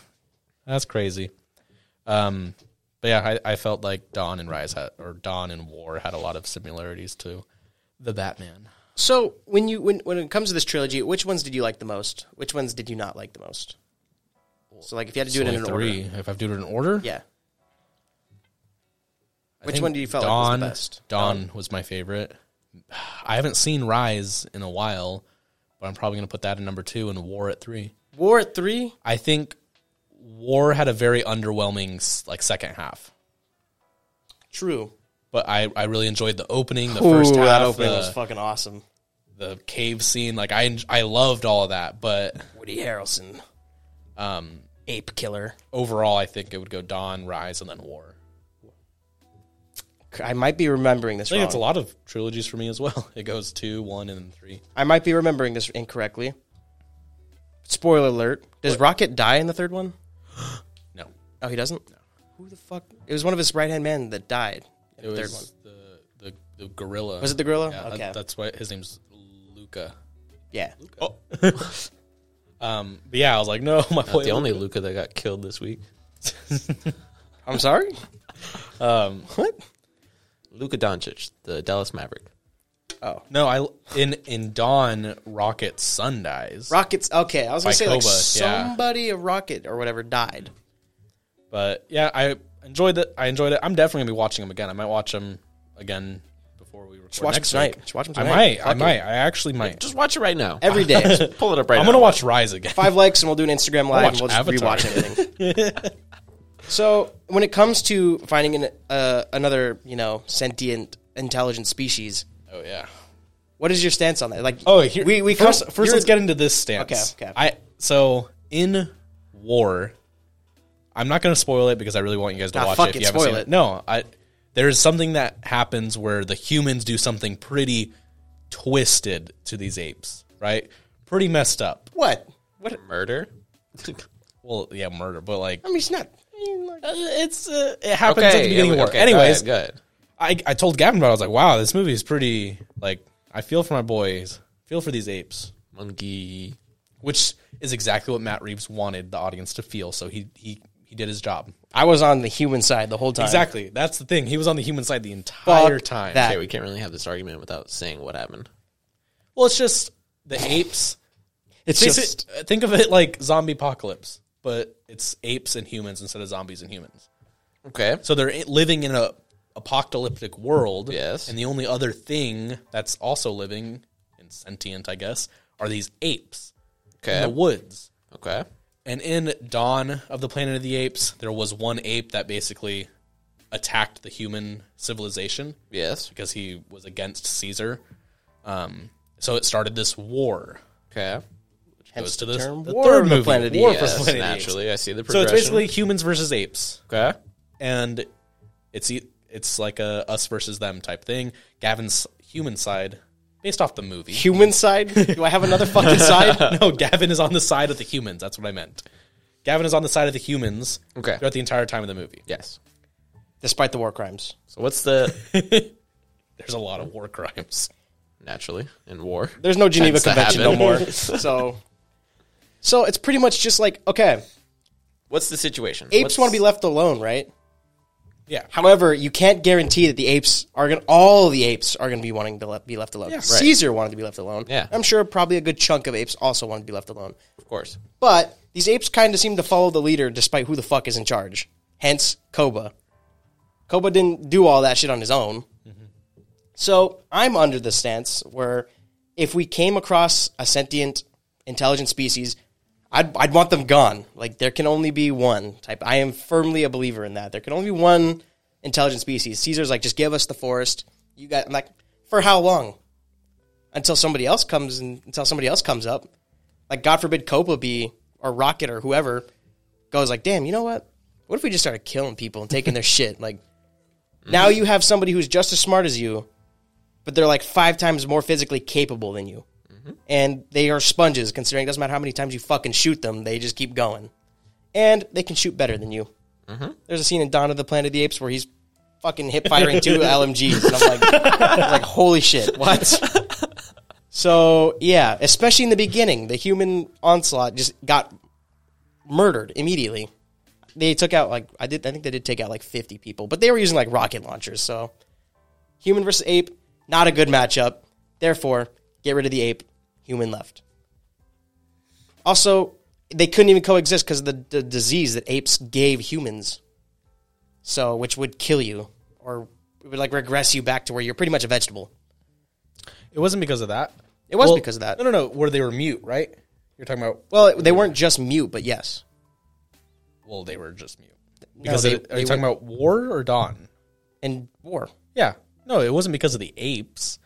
[SPEAKER 1] That's crazy. Um, but yeah, I, I felt like Dawn and Rise had, or Dawn and War had a lot of similarities to the Batman.
[SPEAKER 3] so when you when when it comes to this trilogy, which ones did you like the most? Which ones did you not like the most? So like if you had to do it in an
[SPEAKER 1] Only three.
[SPEAKER 3] order,
[SPEAKER 1] If I've done it in order,
[SPEAKER 3] yeah.
[SPEAKER 1] I
[SPEAKER 3] Which
[SPEAKER 1] think
[SPEAKER 3] one do you felt like was the best?
[SPEAKER 1] Dawn was my favorite. I haven't seen Rise in a while, but I'm probably going to put that at number two and War at three.
[SPEAKER 3] War at three.
[SPEAKER 1] I think War had a very underwhelming s- like second half,
[SPEAKER 3] True.
[SPEAKER 1] but I, I really enjoyed the opening, the first half,
[SPEAKER 3] that opening
[SPEAKER 1] the,
[SPEAKER 3] was fucking awesome.
[SPEAKER 1] the cave scene. Like I en- I loved all of that, but
[SPEAKER 3] Woody Harrelson, um,
[SPEAKER 1] Um,
[SPEAKER 3] ape killer.
[SPEAKER 1] overall, I think it would go Dawn, Rise, and then War.
[SPEAKER 3] I might be remembering
[SPEAKER 1] I
[SPEAKER 3] this
[SPEAKER 1] think
[SPEAKER 3] wrong.
[SPEAKER 1] it's a lot of trilogies for me as well. It goes two, one, and then three.
[SPEAKER 3] I might be remembering this incorrectly. Spoiler alert. Does Rocket die in the third one?
[SPEAKER 1] No,
[SPEAKER 3] Oh, he doesn't? Who the fuck? It was one of his right hand men that died in
[SPEAKER 1] it
[SPEAKER 3] the
[SPEAKER 1] was
[SPEAKER 3] third one.
[SPEAKER 1] the the the gorilla.
[SPEAKER 3] Was it the gorilla?
[SPEAKER 1] Yeah, that-
[SPEAKER 3] okay.
[SPEAKER 1] that's why his name's Luca.
[SPEAKER 3] yeah.
[SPEAKER 1] Um, but yeah, I was like, no, my boy.
[SPEAKER 2] the only Luca that got killed this week.
[SPEAKER 3] I'm sorry?
[SPEAKER 1] Um,
[SPEAKER 3] What?
[SPEAKER 2] Luka Doncic, the Dallas Maverick.
[SPEAKER 3] Oh.
[SPEAKER 1] No, I in in Dawn Rocket Sun dies,
[SPEAKER 3] Rockets. Okay, I was gonna
[SPEAKER 1] By
[SPEAKER 3] say like
[SPEAKER 1] Koba, yeah.
[SPEAKER 3] somebody a rocket or whatever died.
[SPEAKER 1] but yeah, I enjoyed it. I enjoyed it. I'm definitely gonna be watching them again. I might watch them again before we record
[SPEAKER 3] watch 'em
[SPEAKER 1] next
[SPEAKER 3] tonight.
[SPEAKER 1] week.
[SPEAKER 3] Just watch 'em
[SPEAKER 1] I
[SPEAKER 3] tonight.
[SPEAKER 1] might. I
[SPEAKER 3] Fuck it.
[SPEAKER 1] might. I actually might.
[SPEAKER 2] Just watch it right now.
[SPEAKER 3] Every day,
[SPEAKER 2] Pull it up right
[SPEAKER 1] I'm
[SPEAKER 2] now.
[SPEAKER 1] gonna watch Rise again.
[SPEAKER 3] five likes, and we'll do an Instagram live, and we'll
[SPEAKER 1] watch
[SPEAKER 3] just
[SPEAKER 1] Avatar.
[SPEAKER 3] rewatch everything. so when it comes to finding an, uh, another, you know, sentient intelligent species,
[SPEAKER 1] Oh yeah.
[SPEAKER 3] what is your stance on that? Like,
[SPEAKER 1] Oh, here,
[SPEAKER 3] we we
[SPEAKER 1] first,
[SPEAKER 3] come,
[SPEAKER 1] first
[SPEAKER 3] you're-
[SPEAKER 1] let's get into this stance.
[SPEAKER 3] Okay, okay.
[SPEAKER 1] I so in war, I'm not going to spoil it because I really want you guys to
[SPEAKER 3] Nah,
[SPEAKER 1] watch
[SPEAKER 3] fuck
[SPEAKER 1] Ah, it if
[SPEAKER 3] it,
[SPEAKER 1] you haven't seen
[SPEAKER 3] spoil
[SPEAKER 1] it.
[SPEAKER 3] it.
[SPEAKER 1] No, I there is something that happens where the humans do something pretty twisted to these apes, right? Pretty messed up.
[SPEAKER 3] what what.
[SPEAKER 2] murder.
[SPEAKER 1] Well, yeah, murder, but like
[SPEAKER 3] I mean, it's not. I mean, like-
[SPEAKER 1] it's uh, it happens at the beginning of war.
[SPEAKER 2] okay,
[SPEAKER 1] Anyways,
[SPEAKER 2] go ahead, go ahead.
[SPEAKER 1] I, I told Gavin about. it. I was like, wow, this movie is pretty. Like, I feel for my boys. Feel for these apes.
[SPEAKER 2] monkey.
[SPEAKER 1] which is exactly what Matt Reeves wanted the audience to feel. So he he he did his job.
[SPEAKER 3] I was on the human side the whole time.
[SPEAKER 1] Exactly. That's the thing. He was on the human side the entire
[SPEAKER 3] Fuck
[SPEAKER 1] time.
[SPEAKER 3] that.
[SPEAKER 2] Okay, we can't really have this argument without saying what happened.
[SPEAKER 1] Well, it's just the apes.
[SPEAKER 3] It's
[SPEAKER 1] Basi-
[SPEAKER 3] just
[SPEAKER 1] think of it like zombie apocalypse, but it's apes and humans instead of zombies and humans.
[SPEAKER 2] Okay,
[SPEAKER 1] So they're i- living in a apocalyptic world.
[SPEAKER 2] Yes.
[SPEAKER 1] And the only other thing that's also living and sentient, I guess, are these apes in the
[SPEAKER 2] okay,
[SPEAKER 1] woods.
[SPEAKER 2] okay.
[SPEAKER 1] And in Dawn of the Planet of the Apes, there was one ape that basically attacked the human civilization
[SPEAKER 2] Yes,
[SPEAKER 1] because he was against Caesar. Um, so it started this war.
[SPEAKER 2] okay.
[SPEAKER 1] Goes
[SPEAKER 3] hence
[SPEAKER 1] to
[SPEAKER 3] the
[SPEAKER 1] this,
[SPEAKER 3] term
[SPEAKER 1] the
[SPEAKER 3] war
[SPEAKER 1] third
[SPEAKER 3] of the
[SPEAKER 1] movie,
[SPEAKER 3] Planet of the
[SPEAKER 1] War
[SPEAKER 3] Apes.
[SPEAKER 1] for
[SPEAKER 2] Yes,
[SPEAKER 1] Planet of the Apes.
[SPEAKER 2] naturally, I see the
[SPEAKER 1] So
[SPEAKER 2] progression.
[SPEAKER 1] it's basically humans versus apes,
[SPEAKER 2] okay.
[SPEAKER 1] and it's e- it's like a us versus them type thing. Gavin's human side, based off the movie.
[SPEAKER 3] human side. Do I have another fucking side?
[SPEAKER 1] no, Gavin is on the side of the humans. That's what I meant. Gavin is on the side of the humans
[SPEAKER 2] Okay.
[SPEAKER 1] throughout the entire time of the movie.
[SPEAKER 2] Yes.
[SPEAKER 3] Despite the war crimes,
[SPEAKER 2] So what's the
[SPEAKER 1] there's a lot of war crimes.
[SPEAKER 2] naturally in war?
[SPEAKER 3] there's no Geneva
[SPEAKER 2] Tends to
[SPEAKER 3] Convention no
[SPEAKER 2] happen.
[SPEAKER 3] more. So, so it's pretty much just like okay,
[SPEAKER 2] What's the situation?
[SPEAKER 3] apes want to be left alone, right?
[SPEAKER 1] Yeah.
[SPEAKER 3] However, you can't guarantee that the apes are going. to All the apes are going to be wanting to le- be left alone. Caesar wanted to be left alone.
[SPEAKER 2] Yeah.
[SPEAKER 3] I'm sure probably a good chunk of apes also wanted to be left alone.
[SPEAKER 2] of course.
[SPEAKER 3] But these apes kind of seem to follow the leader despite who the fuck is in charge. Hence, Koba. Koba didn't do all that shit on his own. So I'm under the stance where if we came across a sentient, intelligent species, I'd, I'd want them gone. Like, there can only be one type. I am firmly a believer in that. There can only be one intelligent species. Caesar's like, just give us the forest. You got, I'm like, for how long? Until somebody else comes and until somebody else comes up like God forbid Copa be or Rocket or whoever goes like, damn, you know what? What if we just started killing people and taking their shit? Like now you have somebody who's just as smart as you, but they're like five times more physically capable than you. And they are sponges, considering it doesn't matter how many times you fucking shoot them, they just keep going. And they can shoot better than you. There's a scene in Dawn of the Planet of the Apes where he's fucking hip firing two LMGs. And I'm like, like, holy shit, what? So, yeah, especially in the beginning, the human onslaught just got murdered immediately. They took out like I did I think they did take out like 50 people, but they were using like rocket launchers, so human versus ape, not a good matchup. Therefore, get rid of the ape, human left. Also, they couldn't even coexist because of the, the disease that apes gave humans. So, which would kill you or it would like regress you back to where you're pretty much a vegetable.
[SPEAKER 1] It wasn't because of that.
[SPEAKER 3] It was because of that.
[SPEAKER 1] No, no, no. Where they were mute, right? You're talking about.
[SPEAKER 3] Well, they weren't just mute, but yes.
[SPEAKER 1] Well, they were just mute. Because
[SPEAKER 3] they-
[SPEAKER 1] it- are
[SPEAKER 3] they
[SPEAKER 1] you talking about war or dawn?
[SPEAKER 3] And war.
[SPEAKER 1] Yeah. No, it wasn't because of the apes.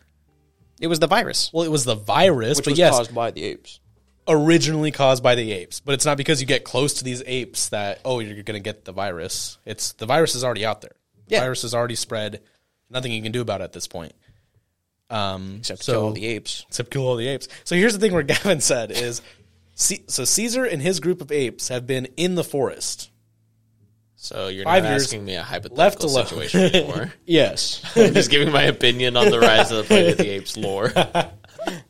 [SPEAKER 3] It was the virus.
[SPEAKER 1] Well, it was the virus, but yes,
[SPEAKER 3] by the apes.
[SPEAKER 1] originally caused by the apes. But it's not because you get close to these apes that oh, you're going to get the virus. It's the virus is already out there.
[SPEAKER 3] Yeah.
[SPEAKER 1] Virus is already spread. Nothing you can do about it at this point. Um,
[SPEAKER 3] Except
[SPEAKER 1] so
[SPEAKER 3] kill all the apes.
[SPEAKER 1] except kill all the apes. So here's the thing where Gavin said is, C- so Caesar and his group of apes have been in the forest.
[SPEAKER 2] So you're
[SPEAKER 1] Five
[SPEAKER 2] not
[SPEAKER 1] years
[SPEAKER 2] asking me a
[SPEAKER 1] left
[SPEAKER 2] hypothetical
[SPEAKER 1] alone.
[SPEAKER 2] situation anymore.
[SPEAKER 3] Yes.
[SPEAKER 2] I'm just giving my opinion on the rise of the Planet of the Apes lore.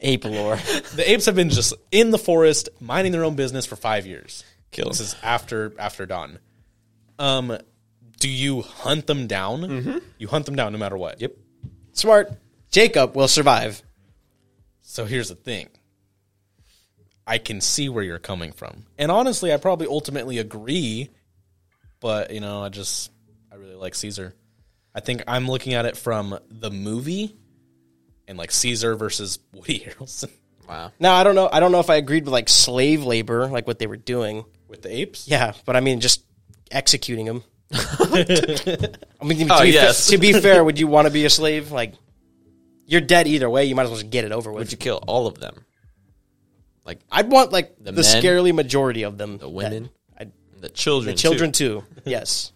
[SPEAKER 3] Ape lore.
[SPEAKER 1] The apes have been just in the forest minding their own business for five years.
[SPEAKER 2] Kill
[SPEAKER 1] This is after after dawn. Um, do you hunt them down? You hunt them down no matter what. Yep.
[SPEAKER 3] Smart. Jacob will survive.
[SPEAKER 1] So here's the thing. I can see where you're coming from. And honestly, I probably ultimately agree, but you know, I just I really like Caesar. I think I'm looking at it from the movie and like Caesar versus Woody Harrelson
[SPEAKER 2] Wow.
[SPEAKER 3] Now I don't know. I don't know if I agreed with like slave labor, like what they were doing.
[SPEAKER 1] with the apes.
[SPEAKER 3] Yeah, but I mean, just executing them. I mean, to,
[SPEAKER 2] Oh,
[SPEAKER 3] be fa-
[SPEAKER 2] yes.
[SPEAKER 3] to be fair, would you want to be a slave? Like, you're dead either way. You might as well just get it over with.
[SPEAKER 2] Would you kill all of them? Like
[SPEAKER 3] I'd want like the,
[SPEAKER 2] men?
[SPEAKER 3] scarily majority of them.
[SPEAKER 2] the women,
[SPEAKER 3] I'd-
[SPEAKER 2] the children, too.
[SPEAKER 3] children too. Yes,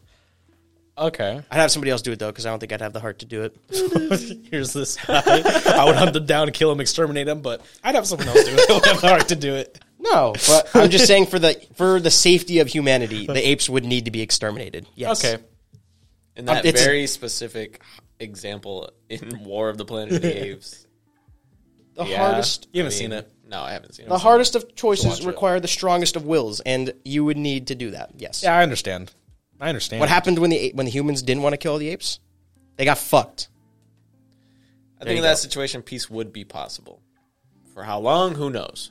[SPEAKER 1] Okay.
[SPEAKER 3] I'd have somebody else do it though, because I don't think I'd have the heart to do it.
[SPEAKER 1] Here's this guy. I would hunt them down, kill him, exterminate him, but I'd have someone else do it. I would have the heart to do it.
[SPEAKER 3] No, but I'm just saying for the for the safety of humanity, the apes would need to be exterminated. Yes.
[SPEAKER 1] Okay.
[SPEAKER 2] In that
[SPEAKER 3] it's-
[SPEAKER 2] very specific example in War of the Planet of the Apes.
[SPEAKER 3] The
[SPEAKER 2] Yeah.
[SPEAKER 3] hardest
[SPEAKER 1] You haven't
[SPEAKER 2] I
[SPEAKER 1] seen
[SPEAKER 2] mean,
[SPEAKER 1] it.
[SPEAKER 2] No, I haven't seen
[SPEAKER 3] the
[SPEAKER 2] it.
[SPEAKER 3] hardest of
[SPEAKER 1] watch
[SPEAKER 3] choices
[SPEAKER 1] it.
[SPEAKER 3] require the strongest of wills, and you would need to do that. Yes.
[SPEAKER 1] Yeah, I understand. I understand.
[SPEAKER 3] What happened when the when the humans didn't want to kill the apes? They got fucked.
[SPEAKER 2] I think in that situation, peace would be possible. For how long? Who knows?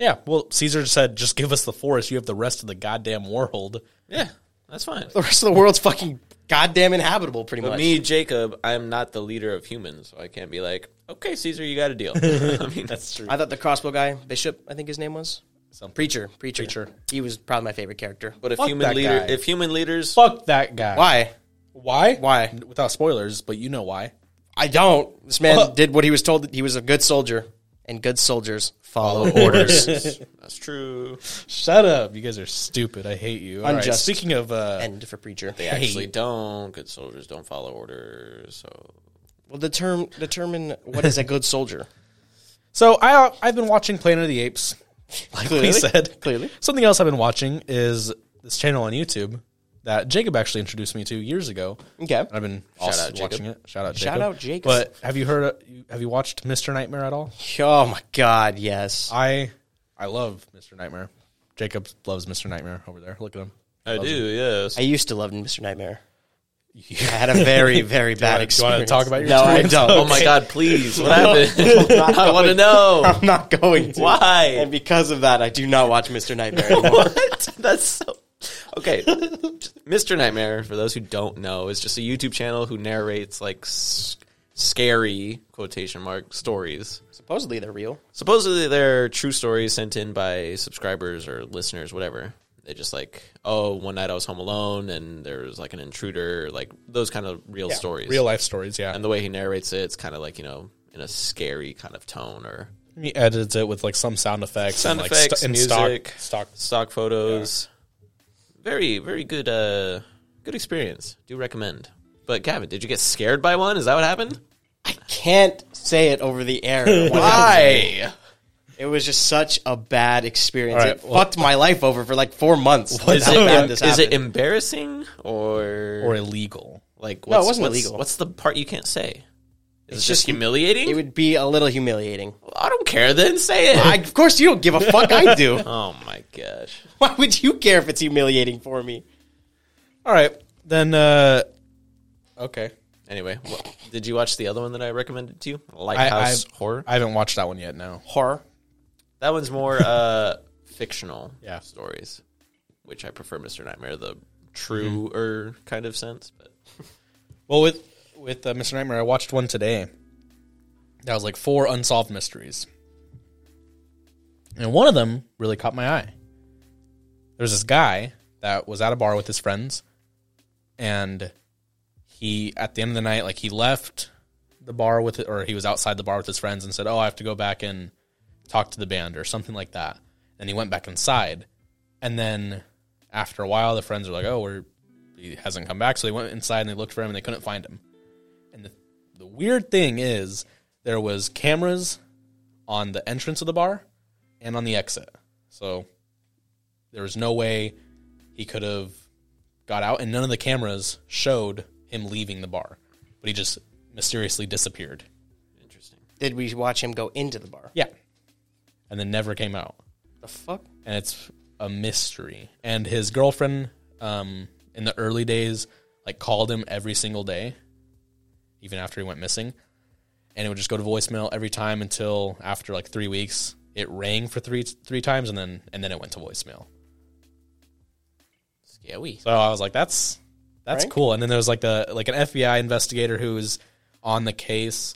[SPEAKER 1] Yeah, well, Caesar said, "Just give us the forest. You have the rest of the goddamn world."
[SPEAKER 2] Yeah, that's fine.
[SPEAKER 3] The rest of the world's fucking goddamn inhabitable, pretty
[SPEAKER 2] But
[SPEAKER 3] much.
[SPEAKER 2] me, Jacob, I'm not the leader of humans, so I can't be like, okay, Caesar, you got a deal. I mean, that's true.
[SPEAKER 3] I thought the crossbow guy, Bishop, I think his name was. Some preacher, preacher,
[SPEAKER 1] Preacher.
[SPEAKER 3] He was probably my favorite character.
[SPEAKER 2] But if
[SPEAKER 1] Fuck
[SPEAKER 2] human
[SPEAKER 1] that
[SPEAKER 2] leader,
[SPEAKER 1] guy.
[SPEAKER 2] if human leaders,
[SPEAKER 1] Fuck that guy.
[SPEAKER 3] Why?
[SPEAKER 1] Why?
[SPEAKER 3] Why?
[SPEAKER 1] Without spoilers, but you know why.
[SPEAKER 3] I don't. This man did what he was told. He was a good soldier, and good soldiers follow orders.
[SPEAKER 2] that's true.
[SPEAKER 1] Shut up! You guys are stupid. I hate you. All right,
[SPEAKER 3] Unjust.
[SPEAKER 1] Speaking of, uh,
[SPEAKER 3] End for preacher.
[SPEAKER 2] They actually don't. Good soldiers don't follow orders. So
[SPEAKER 3] Well, the term determine what is a good soldier.
[SPEAKER 1] so I uh, I've been watching Planet of the Apes. Like
[SPEAKER 3] Clearly.
[SPEAKER 1] we said,
[SPEAKER 3] Clearly.
[SPEAKER 1] Something else I've been watching is this channel on YouTube that Jacob actually introduced me to years ago.
[SPEAKER 3] Okay.
[SPEAKER 1] I've been also
[SPEAKER 2] out, Jacob.
[SPEAKER 1] watching it. Shout out, Jacob.
[SPEAKER 3] Shout out, Jacob.
[SPEAKER 1] But have you heard? uh, you- Have you watched Mister Nightmare at all?
[SPEAKER 3] Oh my god, yes.
[SPEAKER 1] I I love Mister Nightmare. Jacob loves Mister Nightmare over there. Look at him.
[SPEAKER 2] I do. Yes.
[SPEAKER 3] I used to love Mr. Nightmare. I had a very, very bad
[SPEAKER 1] wanna- do you wanna
[SPEAKER 3] experience.
[SPEAKER 1] talk about your
[SPEAKER 3] no,
[SPEAKER 1] experience?
[SPEAKER 3] I don't.
[SPEAKER 2] Oh my God! Please, what happened? I want to know
[SPEAKER 3] I'm not going to. And
[SPEAKER 2] why.
[SPEAKER 3] because of that, I do not watch Mr. Nightmare anymore.
[SPEAKER 2] What? That's so. Okay, Mr. Nightmare. For those who don't know, is just a YouTube channel who narrates like s- scary quotation mark stories.
[SPEAKER 3] Supposedly they're real.
[SPEAKER 2] supposedly they're true stories sent in by subscribers or listeners, whatever. They just like, oh, one night I was home alone and there was like an intruder, like those kind of real stories.
[SPEAKER 1] Real life stories, yeah.
[SPEAKER 2] And the way he narrates it, it's kind of like you know, in a scary kind of tone or
[SPEAKER 1] He edits it with like some sound effects, and,
[SPEAKER 2] sound
[SPEAKER 1] like,
[SPEAKER 2] effects,
[SPEAKER 1] st- and
[SPEAKER 2] music,
[SPEAKER 1] stock, stock.
[SPEAKER 2] stock photos. Very, very good. Uh, good experience. Do recommend. But Gavin, did you get scared by one? Is that what happened?
[SPEAKER 3] Can't say it over the air. Why?
[SPEAKER 2] Why?
[SPEAKER 3] It was just such a bad experience.
[SPEAKER 1] right,
[SPEAKER 3] it
[SPEAKER 1] well-
[SPEAKER 3] fucked my life over for like four months.
[SPEAKER 2] Is
[SPEAKER 3] How bad
[SPEAKER 2] it,
[SPEAKER 3] this
[SPEAKER 2] is it
[SPEAKER 3] happened.
[SPEAKER 2] embarrassing or
[SPEAKER 1] or illegal.
[SPEAKER 2] Like,
[SPEAKER 3] No, it
[SPEAKER 2] what's,
[SPEAKER 3] wasn't
[SPEAKER 2] what's-
[SPEAKER 3] illegal.
[SPEAKER 2] What's the part you can't say? Is it's it
[SPEAKER 3] just-
[SPEAKER 2] just humiliating?
[SPEAKER 3] It would be a little humiliating.
[SPEAKER 2] I don't care. Then say it.
[SPEAKER 3] I, of course, you don't give a fuck. I do.
[SPEAKER 2] oh my gosh.
[SPEAKER 3] Why would you care if it's humiliating for me?
[SPEAKER 1] All right, then. uh Okay,
[SPEAKER 2] Anyway, what, did you watch the other one that I recommended to you?
[SPEAKER 1] I,
[SPEAKER 2] Lighthouse
[SPEAKER 1] I've-
[SPEAKER 2] Horror.
[SPEAKER 1] I haven't watched that one yet. No,
[SPEAKER 3] Horror.
[SPEAKER 2] that one's more uh, fictional
[SPEAKER 1] Yeah.
[SPEAKER 2] stories, which I prefer. Mister Nightmare, the
[SPEAKER 3] Mm-hmm.
[SPEAKER 2] truer kind of sense, but
[SPEAKER 1] Well, with with uh, Mr. Nightmare, I watched one today. That was like four unsolved mysteries, and one of them really caught my eye. There was this guy that was at a bar with his friends, and he at the end of the night, like he left the bar with, or he was outside the bar with his friends and said, "Oh, I have to go back and talk to the band or something like that." And he went back inside, and then after a while, the friends were like, "Oh, we're he hasn't come back. So they went inside and they looked for him and they couldn't find him. And the, the weird thing is there was cameras on the entrance of the bar and on the exit. So there was no way he could have got out and none of the cameras showed him leaving the bar. But he just mysteriously disappeared.
[SPEAKER 2] interesting.
[SPEAKER 3] Did we watch him go into the bar?
[SPEAKER 1] Yeah. And then never came out.
[SPEAKER 3] The fuck?
[SPEAKER 1] and it's a mystery. And his girlfriend, um, in the early days, like called him every single day, even after he went missing. and it would just go to voicemail every time until after like three weeks. It rang for three three times, and then and then it went to voicemail.
[SPEAKER 2] Scary.
[SPEAKER 1] So I was like, that's that's
[SPEAKER 3] Right?
[SPEAKER 1] cool. And then there was like the like an FBI investigator who was on the case,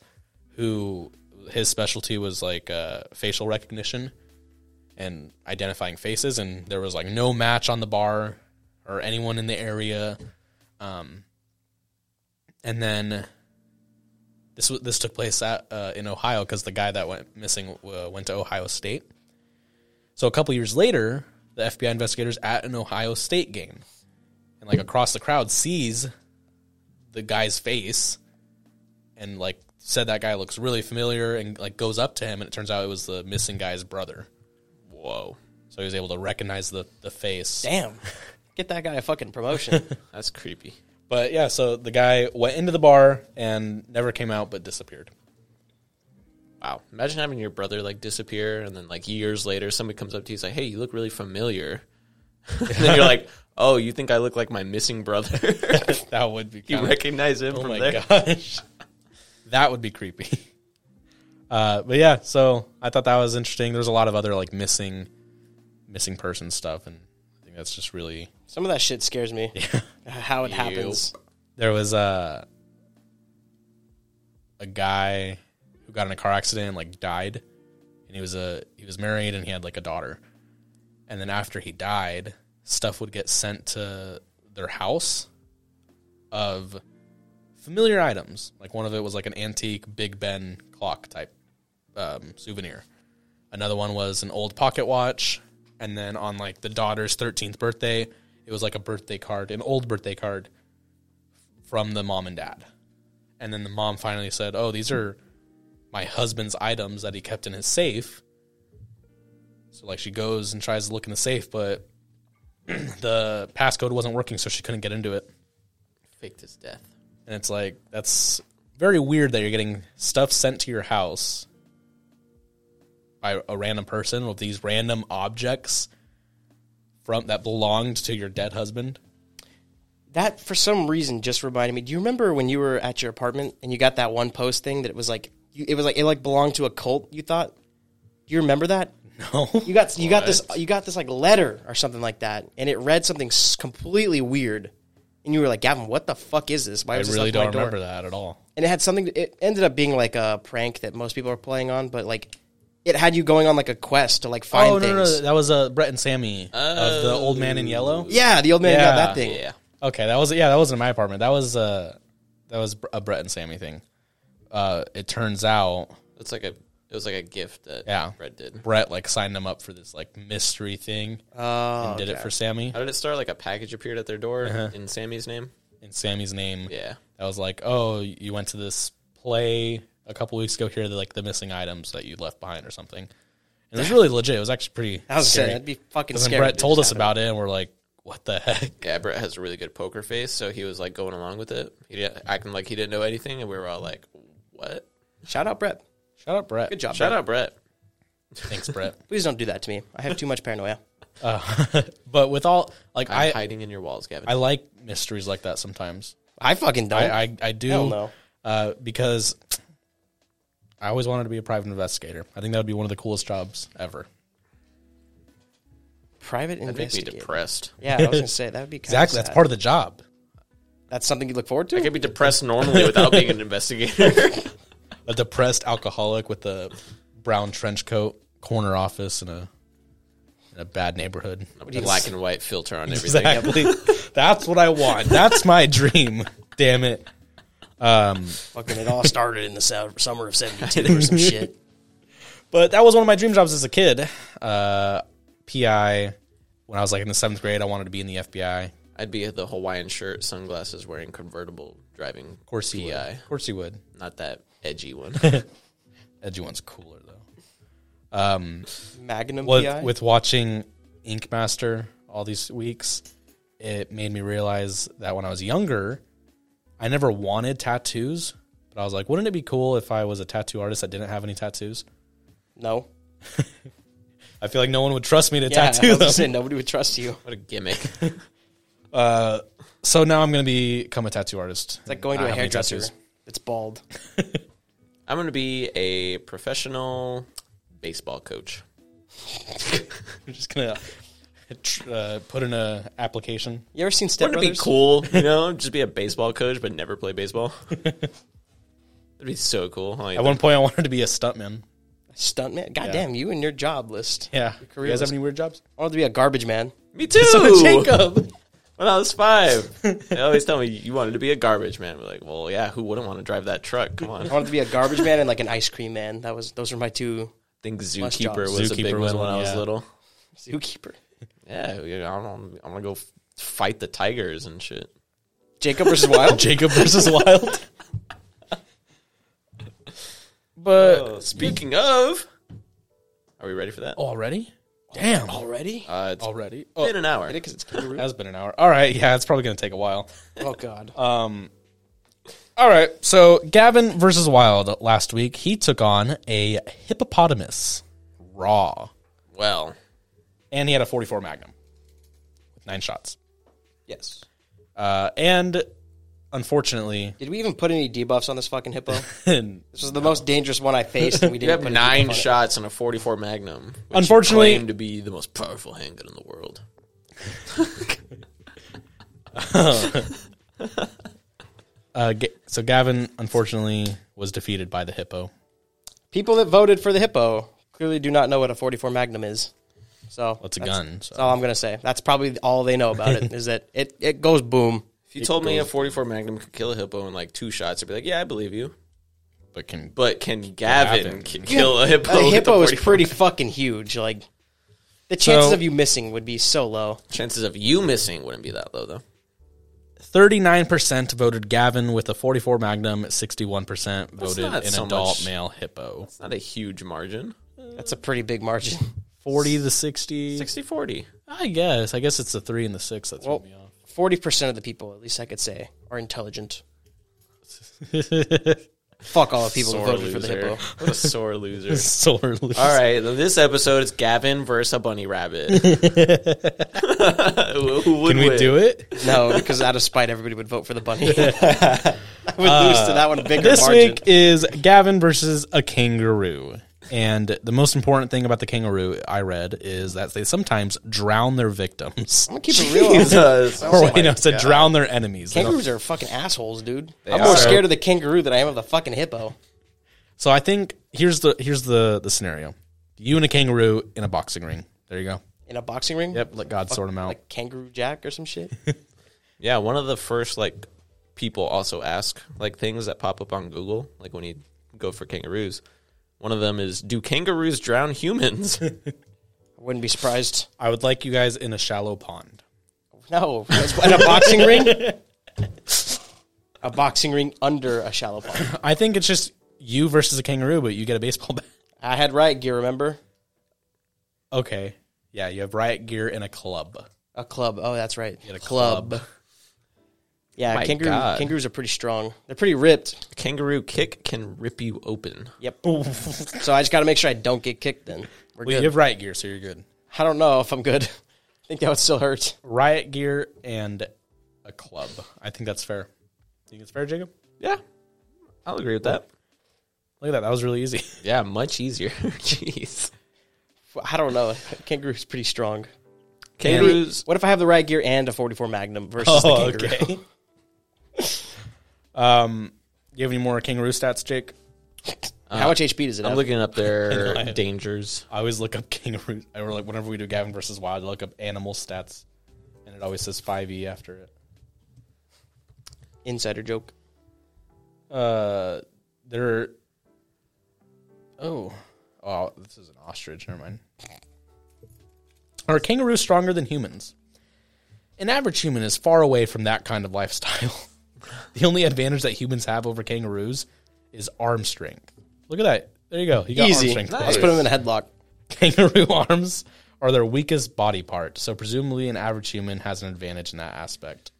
[SPEAKER 1] who his specialty was like uh, facial recognition and identifying faces, and there was like no match on the bar or anyone in the area. Um, and then this wa- this took place at, uh, in Ohio because the guy that went missing uh, went to Ohio State. So a couple years later, the FBI investigators at an Ohio State game, and like across the crowd sees the guy's face, and like said that guy looks really familiar, and like goes up to him, and it turns out it was the missing guy's brother. Whoa! So he was able to recognize the the face.
[SPEAKER 3] Damn. Get that guy a fucking promotion.
[SPEAKER 2] That's creepy.
[SPEAKER 1] But yeah, so the guy went into the bar and never came out, but disappeared.
[SPEAKER 2] Wow. Imagine having your brother like disappear and then like years later somebody comes up to you and is like, Hey, you look really familiar. and then you're like, Oh, you think I look like my missing brother?
[SPEAKER 1] That would be
[SPEAKER 2] you
[SPEAKER 1] kind of
[SPEAKER 2] recognize him
[SPEAKER 1] Oh
[SPEAKER 2] from
[SPEAKER 1] my
[SPEAKER 2] there.
[SPEAKER 1] gosh. that would be creepy. Uh, but yeah, so I thought that was interesting. There's a lot of other like missing missing person stuff and I think that's just really
[SPEAKER 3] Some of that shit scares me. Uh, How it happens.
[SPEAKER 1] there was a a guy who got in a car accident and like died and he was a he was married and he had like a daughter and then after he died stuff would get sent to their house of familiar items like one of it was like an antique big ben clock type um, souvenir another one was an old pocket watch and then on like the daughter's 13th birthday it was like a birthday card an old birthday card from the mom and dad. And then the mom finally said, Oh, these are my husband's items that he kept in his safe. So, like, she goes and tries to look in the safe, but the passcode wasn't working, so she couldn't get into it.
[SPEAKER 2] Faked his death.
[SPEAKER 1] And it's like, that's very weird that you're getting stuff sent to your house by a random person with these random objects from that belonged to your dead husband.
[SPEAKER 3] That for some reason just reminded me. Do you remember when you were at your apartment and you got that one post thing that it was like you, it was like it like belonged to a cult? You thought? Do you remember that?
[SPEAKER 1] No.
[SPEAKER 3] You got you got this you got this like letter or something like that, and it read something s- completely weird, and you were like, Gavin, what the fuck is this? Why
[SPEAKER 1] I
[SPEAKER 3] was
[SPEAKER 1] really
[SPEAKER 3] this left at my
[SPEAKER 1] don't
[SPEAKER 3] door?
[SPEAKER 1] remember that at all.
[SPEAKER 3] and it had something. It ended up being like a prank that most people are playing on, but like it had you going on like a quest to like find
[SPEAKER 1] oh,
[SPEAKER 3] things. Oh.
[SPEAKER 1] No, no, no, that was uh, Brett and Sammy of the old man in yellow.
[SPEAKER 3] Yeah, the old man got
[SPEAKER 1] Yeah.
[SPEAKER 3] that thing.
[SPEAKER 2] Yeah.
[SPEAKER 1] Okay, that was yeah, that wasn't in my apartment. That was uh, that was a Brett and Sammy thing. Uh, it turns out,
[SPEAKER 2] It's like a it was like a gift that
[SPEAKER 1] yeah,
[SPEAKER 2] Brett did.
[SPEAKER 1] Brett like signed them up for this like mystery thing
[SPEAKER 3] Oh,
[SPEAKER 1] and did it for Sammy
[SPEAKER 2] How did it start? Like a package appeared at their door
[SPEAKER 1] Uh-huh.
[SPEAKER 2] in Sammy's name?
[SPEAKER 1] in Sammy's name.
[SPEAKER 2] Yeah.
[SPEAKER 1] That was like, oh, you went to this play a couple weeks ago. Here, are the, like the missing items that you left behind or something. And it was really legit. It was actually pretty.
[SPEAKER 3] I was
[SPEAKER 1] scary.
[SPEAKER 3] saying that'd be fucking
[SPEAKER 1] And then
[SPEAKER 3] scary.
[SPEAKER 1] Brett told us about it, and we're like, what the heck?
[SPEAKER 2] Yeah, Brett has a really good poker face, so he was like going along with it. He did, acting like he didn't know anything, and we were all like, "What?"
[SPEAKER 3] Shout out Brett.
[SPEAKER 1] Shout out, Brett.
[SPEAKER 3] Good job.
[SPEAKER 2] Shout
[SPEAKER 3] Brett.
[SPEAKER 2] out, Brett.
[SPEAKER 1] Thanks, Brett.
[SPEAKER 3] Please don't do that to me. I have too much paranoia.
[SPEAKER 1] But with all like
[SPEAKER 2] I'm
[SPEAKER 1] I
[SPEAKER 2] hiding in your walls, Gavin.
[SPEAKER 1] I like mysteries like that sometimes.
[SPEAKER 3] I fucking don't.
[SPEAKER 1] I I, I do
[SPEAKER 3] Hell no.
[SPEAKER 1] uh, because I always wanted to be a private investigator. I think that would be one of the coolest jobs ever.
[SPEAKER 3] Private
[SPEAKER 2] That'd make me
[SPEAKER 3] investigator.
[SPEAKER 2] depressed.
[SPEAKER 3] yeah, I was gonna say that would be kind
[SPEAKER 1] Exactly,
[SPEAKER 3] Of
[SPEAKER 1] that's part of the job.
[SPEAKER 3] That's something you look forward to.
[SPEAKER 2] I could be depressed normally without being an investigator.
[SPEAKER 1] A depressed alcoholic with a brown trench coat, corner office, in a in a bad neighborhood.
[SPEAKER 2] Black and white filter on everything.
[SPEAKER 1] Exactly. that's what I want. That's my dream. Damn it.
[SPEAKER 3] fucking it all started in the sou- summer of '72 or some shit.
[SPEAKER 1] But that was one of my dream jobs as a kid. Uh, PI. When I was like in the seventh grade, I wanted to be in the FBI.
[SPEAKER 2] I'd be the Hawaiian shirt, sunglasses, wearing convertible, driving. Of
[SPEAKER 1] course you would. Of course you would.
[SPEAKER 2] Not that edgy one.
[SPEAKER 1] Edgy one's cooler though.
[SPEAKER 3] Magnum
[SPEAKER 1] With
[SPEAKER 3] PI.
[SPEAKER 1] with watching Ink Master all these weeks, it made me realize that when I was younger, I never wanted tattoos. But I was like, wouldn't it be cool if I was a tattoo artist that didn't have any tattoos?
[SPEAKER 3] no.
[SPEAKER 1] I feel like no one would trust me to
[SPEAKER 3] Yeah, I
[SPEAKER 1] tattoo
[SPEAKER 3] was gonna
[SPEAKER 1] them.
[SPEAKER 3] say nobody would trust you.
[SPEAKER 2] what a gimmick.
[SPEAKER 1] So now I'm going to become a tattoo artist.
[SPEAKER 3] It's like going to
[SPEAKER 1] Not
[SPEAKER 3] a
[SPEAKER 1] have any
[SPEAKER 3] hairdresser.
[SPEAKER 1] tattoos.
[SPEAKER 3] It's bald.
[SPEAKER 2] I'm going to be a professional baseball coach.
[SPEAKER 1] We're just gonna tr- uh, put in a application.
[SPEAKER 3] You ever seen Step
[SPEAKER 2] Wouldn't it be
[SPEAKER 3] Brothers?
[SPEAKER 2] cool, you know, just be a baseball coach but never play baseball? That'd be so cool. Oh, yeah,
[SPEAKER 1] At one point, I wanted to be a stuntman.
[SPEAKER 3] Stuntman. God damn you and your job list.
[SPEAKER 1] Yeah, you
[SPEAKER 3] career
[SPEAKER 1] guys have
[SPEAKER 3] was-
[SPEAKER 1] any weird jobs?
[SPEAKER 3] I wanted to be a garbage man.
[SPEAKER 2] Me too.
[SPEAKER 1] Jacob,
[SPEAKER 2] When I was five, they always tell me you wanted to be a garbage man. We're like, well, yeah, who wouldn't want to drive that truck? Come on.
[SPEAKER 3] I
[SPEAKER 2] I
[SPEAKER 3] wanted to be a garbage man and like an ice cream man. That was those were my two
[SPEAKER 2] think
[SPEAKER 3] Must jobs.
[SPEAKER 2] zookeeper was a
[SPEAKER 1] Zookeeper
[SPEAKER 2] big
[SPEAKER 1] was
[SPEAKER 2] one when
[SPEAKER 1] one,
[SPEAKER 2] I was
[SPEAKER 1] yeah.
[SPEAKER 2] little.
[SPEAKER 3] zookeeper.
[SPEAKER 2] Yeah, we- I don't, I'm gonna go f- fight the tigers and shit.
[SPEAKER 3] Jacob versus Wild.
[SPEAKER 1] Jacob versus Wild. but
[SPEAKER 3] Oh.
[SPEAKER 2] Oh, Speaking of, are we ready for that?
[SPEAKER 1] already, damn,
[SPEAKER 3] Already?
[SPEAKER 2] Uh, it's
[SPEAKER 1] already. Oh,
[SPEAKER 2] been an hour.
[SPEAKER 3] Because it's kangaroo.
[SPEAKER 1] it has been an hour. All right, yeah, it's probably gonna take a while.
[SPEAKER 3] oh god.
[SPEAKER 2] Uh,
[SPEAKER 1] All right, so Gavin versus Wild last week, he took on a hippopotamus raw,
[SPEAKER 2] Well,
[SPEAKER 1] and he had a 44 Magnum with nine shots.
[SPEAKER 2] yes.
[SPEAKER 1] Uh, and unfortunately,
[SPEAKER 3] Did we even put any debuffs on this fucking hippo? This
[SPEAKER 1] unfortunately,
[SPEAKER 3] was the most dangerous one I faced, and we
[SPEAKER 2] You
[SPEAKER 3] didn't.
[SPEAKER 2] have
[SPEAKER 3] put a debuff
[SPEAKER 2] nine
[SPEAKER 3] on it.
[SPEAKER 2] shots on a 44 Magnum. Which you
[SPEAKER 1] Unfortunately-
[SPEAKER 2] claim to be the most powerful handgun in the world.
[SPEAKER 1] uh, Ga- so Gavin unfortunately was defeated by the hippo.
[SPEAKER 3] People that voted for the hippo clearly do not know what a 44 Magnum is. So
[SPEAKER 1] What's a
[SPEAKER 3] that's-
[SPEAKER 1] gun? So.
[SPEAKER 3] That's all I'm gonna say. That's probably all they know about it is that it, it goes boom.
[SPEAKER 2] If you told me a 44 Magnum could kill a hippo in like two shots, I'd be like, yeah, I believe you.
[SPEAKER 1] But can
[SPEAKER 2] But can Gavin,
[SPEAKER 1] Gavin.
[SPEAKER 2] k- kill a hippo?
[SPEAKER 3] A
[SPEAKER 2] with a
[SPEAKER 3] hippo is
[SPEAKER 2] 44?
[SPEAKER 3] pretty fucking huge. Like the chances
[SPEAKER 1] So-
[SPEAKER 3] of you missing would be so low.
[SPEAKER 2] Chances of you missing wouldn't be that low, though.
[SPEAKER 1] 39% voted Gavin with a 44 Magnum, 61% voted
[SPEAKER 2] not
[SPEAKER 1] an
[SPEAKER 2] so
[SPEAKER 1] adult
[SPEAKER 2] much.
[SPEAKER 1] male hippo.
[SPEAKER 2] It's not a huge margin.
[SPEAKER 3] That's a pretty big margin.
[SPEAKER 1] 40 to 60.
[SPEAKER 2] 60 40.
[SPEAKER 1] I guess. I guess it's the 3 and the 6 that's
[SPEAKER 3] Well,
[SPEAKER 1] me off.
[SPEAKER 3] forty percent of the people, at least I could say, are intelligent.
[SPEAKER 1] It's
[SPEAKER 3] Fuck all the people who
[SPEAKER 2] Sore
[SPEAKER 3] voted
[SPEAKER 2] loser.
[SPEAKER 3] for the hippo.
[SPEAKER 2] What a sore loser.
[SPEAKER 1] so early.
[SPEAKER 2] All right, then this episode is Gavin versus a bunny rabbit. Who- who would
[SPEAKER 1] Can we
[SPEAKER 2] win?
[SPEAKER 1] do it?
[SPEAKER 3] No, because out of spite, everybody would vote for the bunny. I would lose to that one bigger
[SPEAKER 1] Uh, This
[SPEAKER 3] margin.
[SPEAKER 1] week is Gavin versus a kangaroo. And the most important thing about the kangaroo I read is that they sometimes drown their victims.
[SPEAKER 3] I'm gonna keep it real.
[SPEAKER 2] Jesus.
[SPEAKER 1] Or wait, no, it said drown their enemies. They don't-
[SPEAKER 3] Kangaroos are fucking assholes, dude. I'm more
[SPEAKER 2] are.
[SPEAKER 3] scared of the kangaroo than I am of the fucking hippo.
[SPEAKER 1] So I think here's the here's the the scenario. You and a kangaroo in a boxing ring. There you go.
[SPEAKER 3] In a boxing ring,
[SPEAKER 1] Yep, let God sort them out.
[SPEAKER 3] like kangaroo jack or some shit.
[SPEAKER 2] Yeah, one of the first like people also ask like things that pop up on Google, like when you go for kangaroos. One of them is, "Do kangaroos drown humans?"
[SPEAKER 3] I wouldn't be surprised.
[SPEAKER 1] I would like you guys in a shallow pond.
[SPEAKER 3] No, in a boxing ring, a boxing ring under a shallow pond.
[SPEAKER 1] I think it's just you versus a kangaroo, but you get a baseball bat.
[SPEAKER 3] I had riot gear. Remember
[SPEAKER 1] Okay. Yeah, you have riot gear and a club.
[SPEAKER 3] a club. Oh, that's right.
[SPEAKER 1] a
[SPEAKER 3] Yeah,
[SPEAKER 2] My
[SPEAKER 3] kangaroo,
[SPEAKER 2] God.
[SPEAKER 3] kangaroos are pretty strong. They're pretty ripped.
[SPEAKER 2] A kangaroo kick can rip you open.
[SPEAKER 3] Yep. so I just got to make sure I don't get kicked. Then we're
[SPEAKER 1] Well,
[SPEAKER 3] good.
[SPEAKER 1] you have riot gear, so you're good.
[SPEAKER 3] I don't know if I'm good. I think that would still hurt.
[SPEAKER 1] Riot gear and a club. I think that's fair. You think it's fair, Jacob?
[SPEAKER 2] Yeah, I'll agree with that.
[SPEAKER 1] Look at that. That was really easy.
[SPEAKER 2] Yeah, much easier. Jeez,
[SPEAKER 3] I don't know. Kangaroo's pretty strong.
[SPEAKER 2] kangaroos. Oh,
[SPEAKER 3] What if I have the right gear and a 44 Magnum versus the kangaroo?
[SPEAKER 1] um, you have any more kangaroo stats, Jake?
[SPEAKER 3] How much HP does it
[SPEAKER 2] I'm
[SPEAKER 3] have?
[SPEAKER 2] looking up their dangers.
[SPEAKER 1] I always look up kangaroo, or like whenever we do Gavin versus Wild, I look up animal stats, and it always says five e after it.
[SPEAKER 3] Insider joke.
[SPEAKER 1] Uh, there. Are... Oh, oh, this is an ostrich. Never mind. Are kangaroos stronger than humans? An average human is far away from that kind of lifestyle. the only advantage that humans have over kangaroos is arm strength. Look at that. There you go. You got
[SPEAKER 3] Easy.
[SPEAKER 1] arm strength.
[SPEAKER 3] Let's put him in a headlock.
[SPEAKER 1] kangaroo arms are their weakest body part, so presumably an average human has an advantage in that aspect.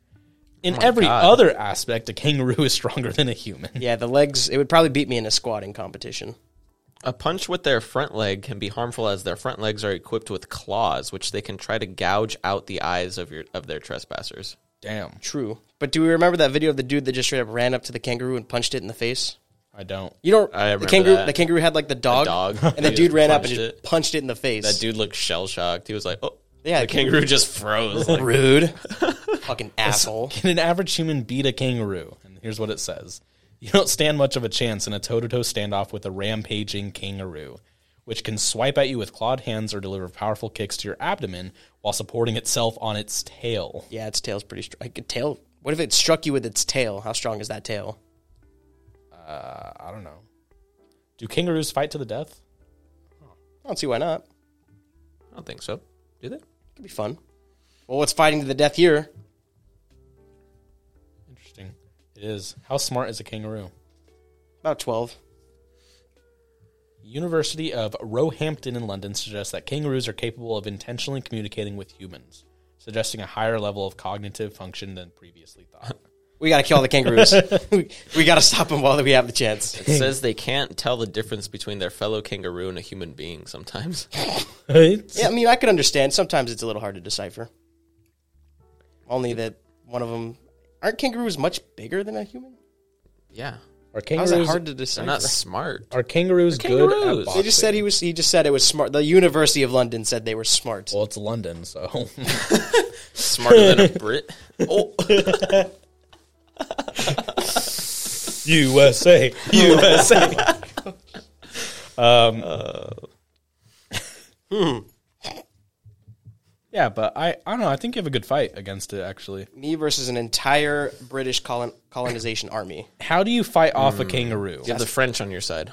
[SPEAKER 1] In every
[SPEAKER 2] God.
[SPEAKER 1] other aspect, a kangaroo is stronger than a human.
[SPEAKER 3] Yeah, the legs. It would probably beat me in a squatting competition.
[SPEAKER 2] A punch with their front leg can be harmful as their front legs are equipped with claws, which they can try to gouge out the eyes of your of their trespassers.
[SPEAKER 1] Damn.
[SPEAKER 3] True. But do we remember that video of the dude that just straight up ran up to the kangaroo and punched it in the face?
[SPEAKER 1] I don't.
[SPEAKER 3] You don't.
[SPEAKER 2] I
[SPEAKER 3] the
[SPEAKER 2] remember
[SPEAKER 3] kangaroo.
[SPEAKER 2] that.
[SPEAKER 3] The kangaroo had like the dog,
[SPEAKER 2] dog.
[SPEAKER 3] and the
[SPEAKER 2] He
[SPEAKER 3] dude ran up and
[SPEAKER 2] punched
[SPEAKER 3] just
[SPEAKER 2] it.
[SPEAKER 3] punched it in the face.
[SPEAKER 2] That dude looked shell shocked. He was like, "Oh,
[SPEAKER 3] Yeah,
[SPEAKER 2] The
[SPEAKER 3] the kangaroo-
[SPEAKER 2] kangaroo just froze. Like,
[SPEAKER 3] rude, fucking asshole.
[SPEAKER 1] Can an average human beat a kangaroo? And here's what it says You don't stand much of a chance in a toe to toe standoff with a rampaging kangaroo, which can swipe at you with clawed hands or deliver powerful kicks to your abdomen while supporting itself on its tail.
[SPEAKER 3] Yeah, its tail's pretty strong. Like, a tail. What if it struck you with its tail? How strong is that tail?
[SPEAKER 1] I don't know. Do kangaroos fight to the death?
[SPEAKER 3] I don't see why not.
[SPEAKER 2] I don't think so. Do they?
[SPEAKER 3] Could be fun. Well, what's fighting to the death here?
[SPEAKER 1] Interesting. It is. How smart is a kangaroo?
[SPEAKER 3] About twelve.
[SPEAKER 1] University of Roehampton in London suggests that kangaroos are capable of intentionally communicating with humans, suggesting a higher level of cognitive function than previously thought.
[SPEAKER 3] We gotta kill all the kangaroos. we, we gotta stop them while we have the chance.
[SPEAKER 2] It says they can't tell the difference between their fellow kangaroo and a human being sometimes.
[SPEAKER 1] Right?
[SPEAKER 3] Yeah, I mean, I could understand. Sometimes it's a little hard to decipher. Only that one of them aren't kangaroos much bigger than a human.
[SPEAKER 2] yeah.
[SPEAKER 1] Are
[SPEAKER 3] How's
[SPEAKER 1] kangaroos
[SPEAKER 3] it hard to
[SPEAKER 2] They're
[SPEAKER 3] decipher?
[SPEAKER 2] not smart.
[SPEAKER 1] are kangaroos, good
[SPEAKER 2] kangaroos.
[SPEAKER 1] at boxing?
[SPEAKER 3] They just said he was. He just said it was smart. The University of London said they were smart.
[SPEAKER 1] well, it's London, so
[SPEAKER 2] Smarter than a Brit. Oh,
[SPEAKER 1] USA, USA. um,
[SPEAKER 3] Hmm.
[SPEAKER 1] yeah, but I, I don't know. I think you have a good fight against it. Actually,
[SPEAKER 3] Me versus an entire British colon, colonization army.
[SPEAKER 1] how do you fight off
[SPEAKER 3] Hmm.
[SPEAKER 1] a kangaroo?
[SPEAKER 2] you have the French on your side.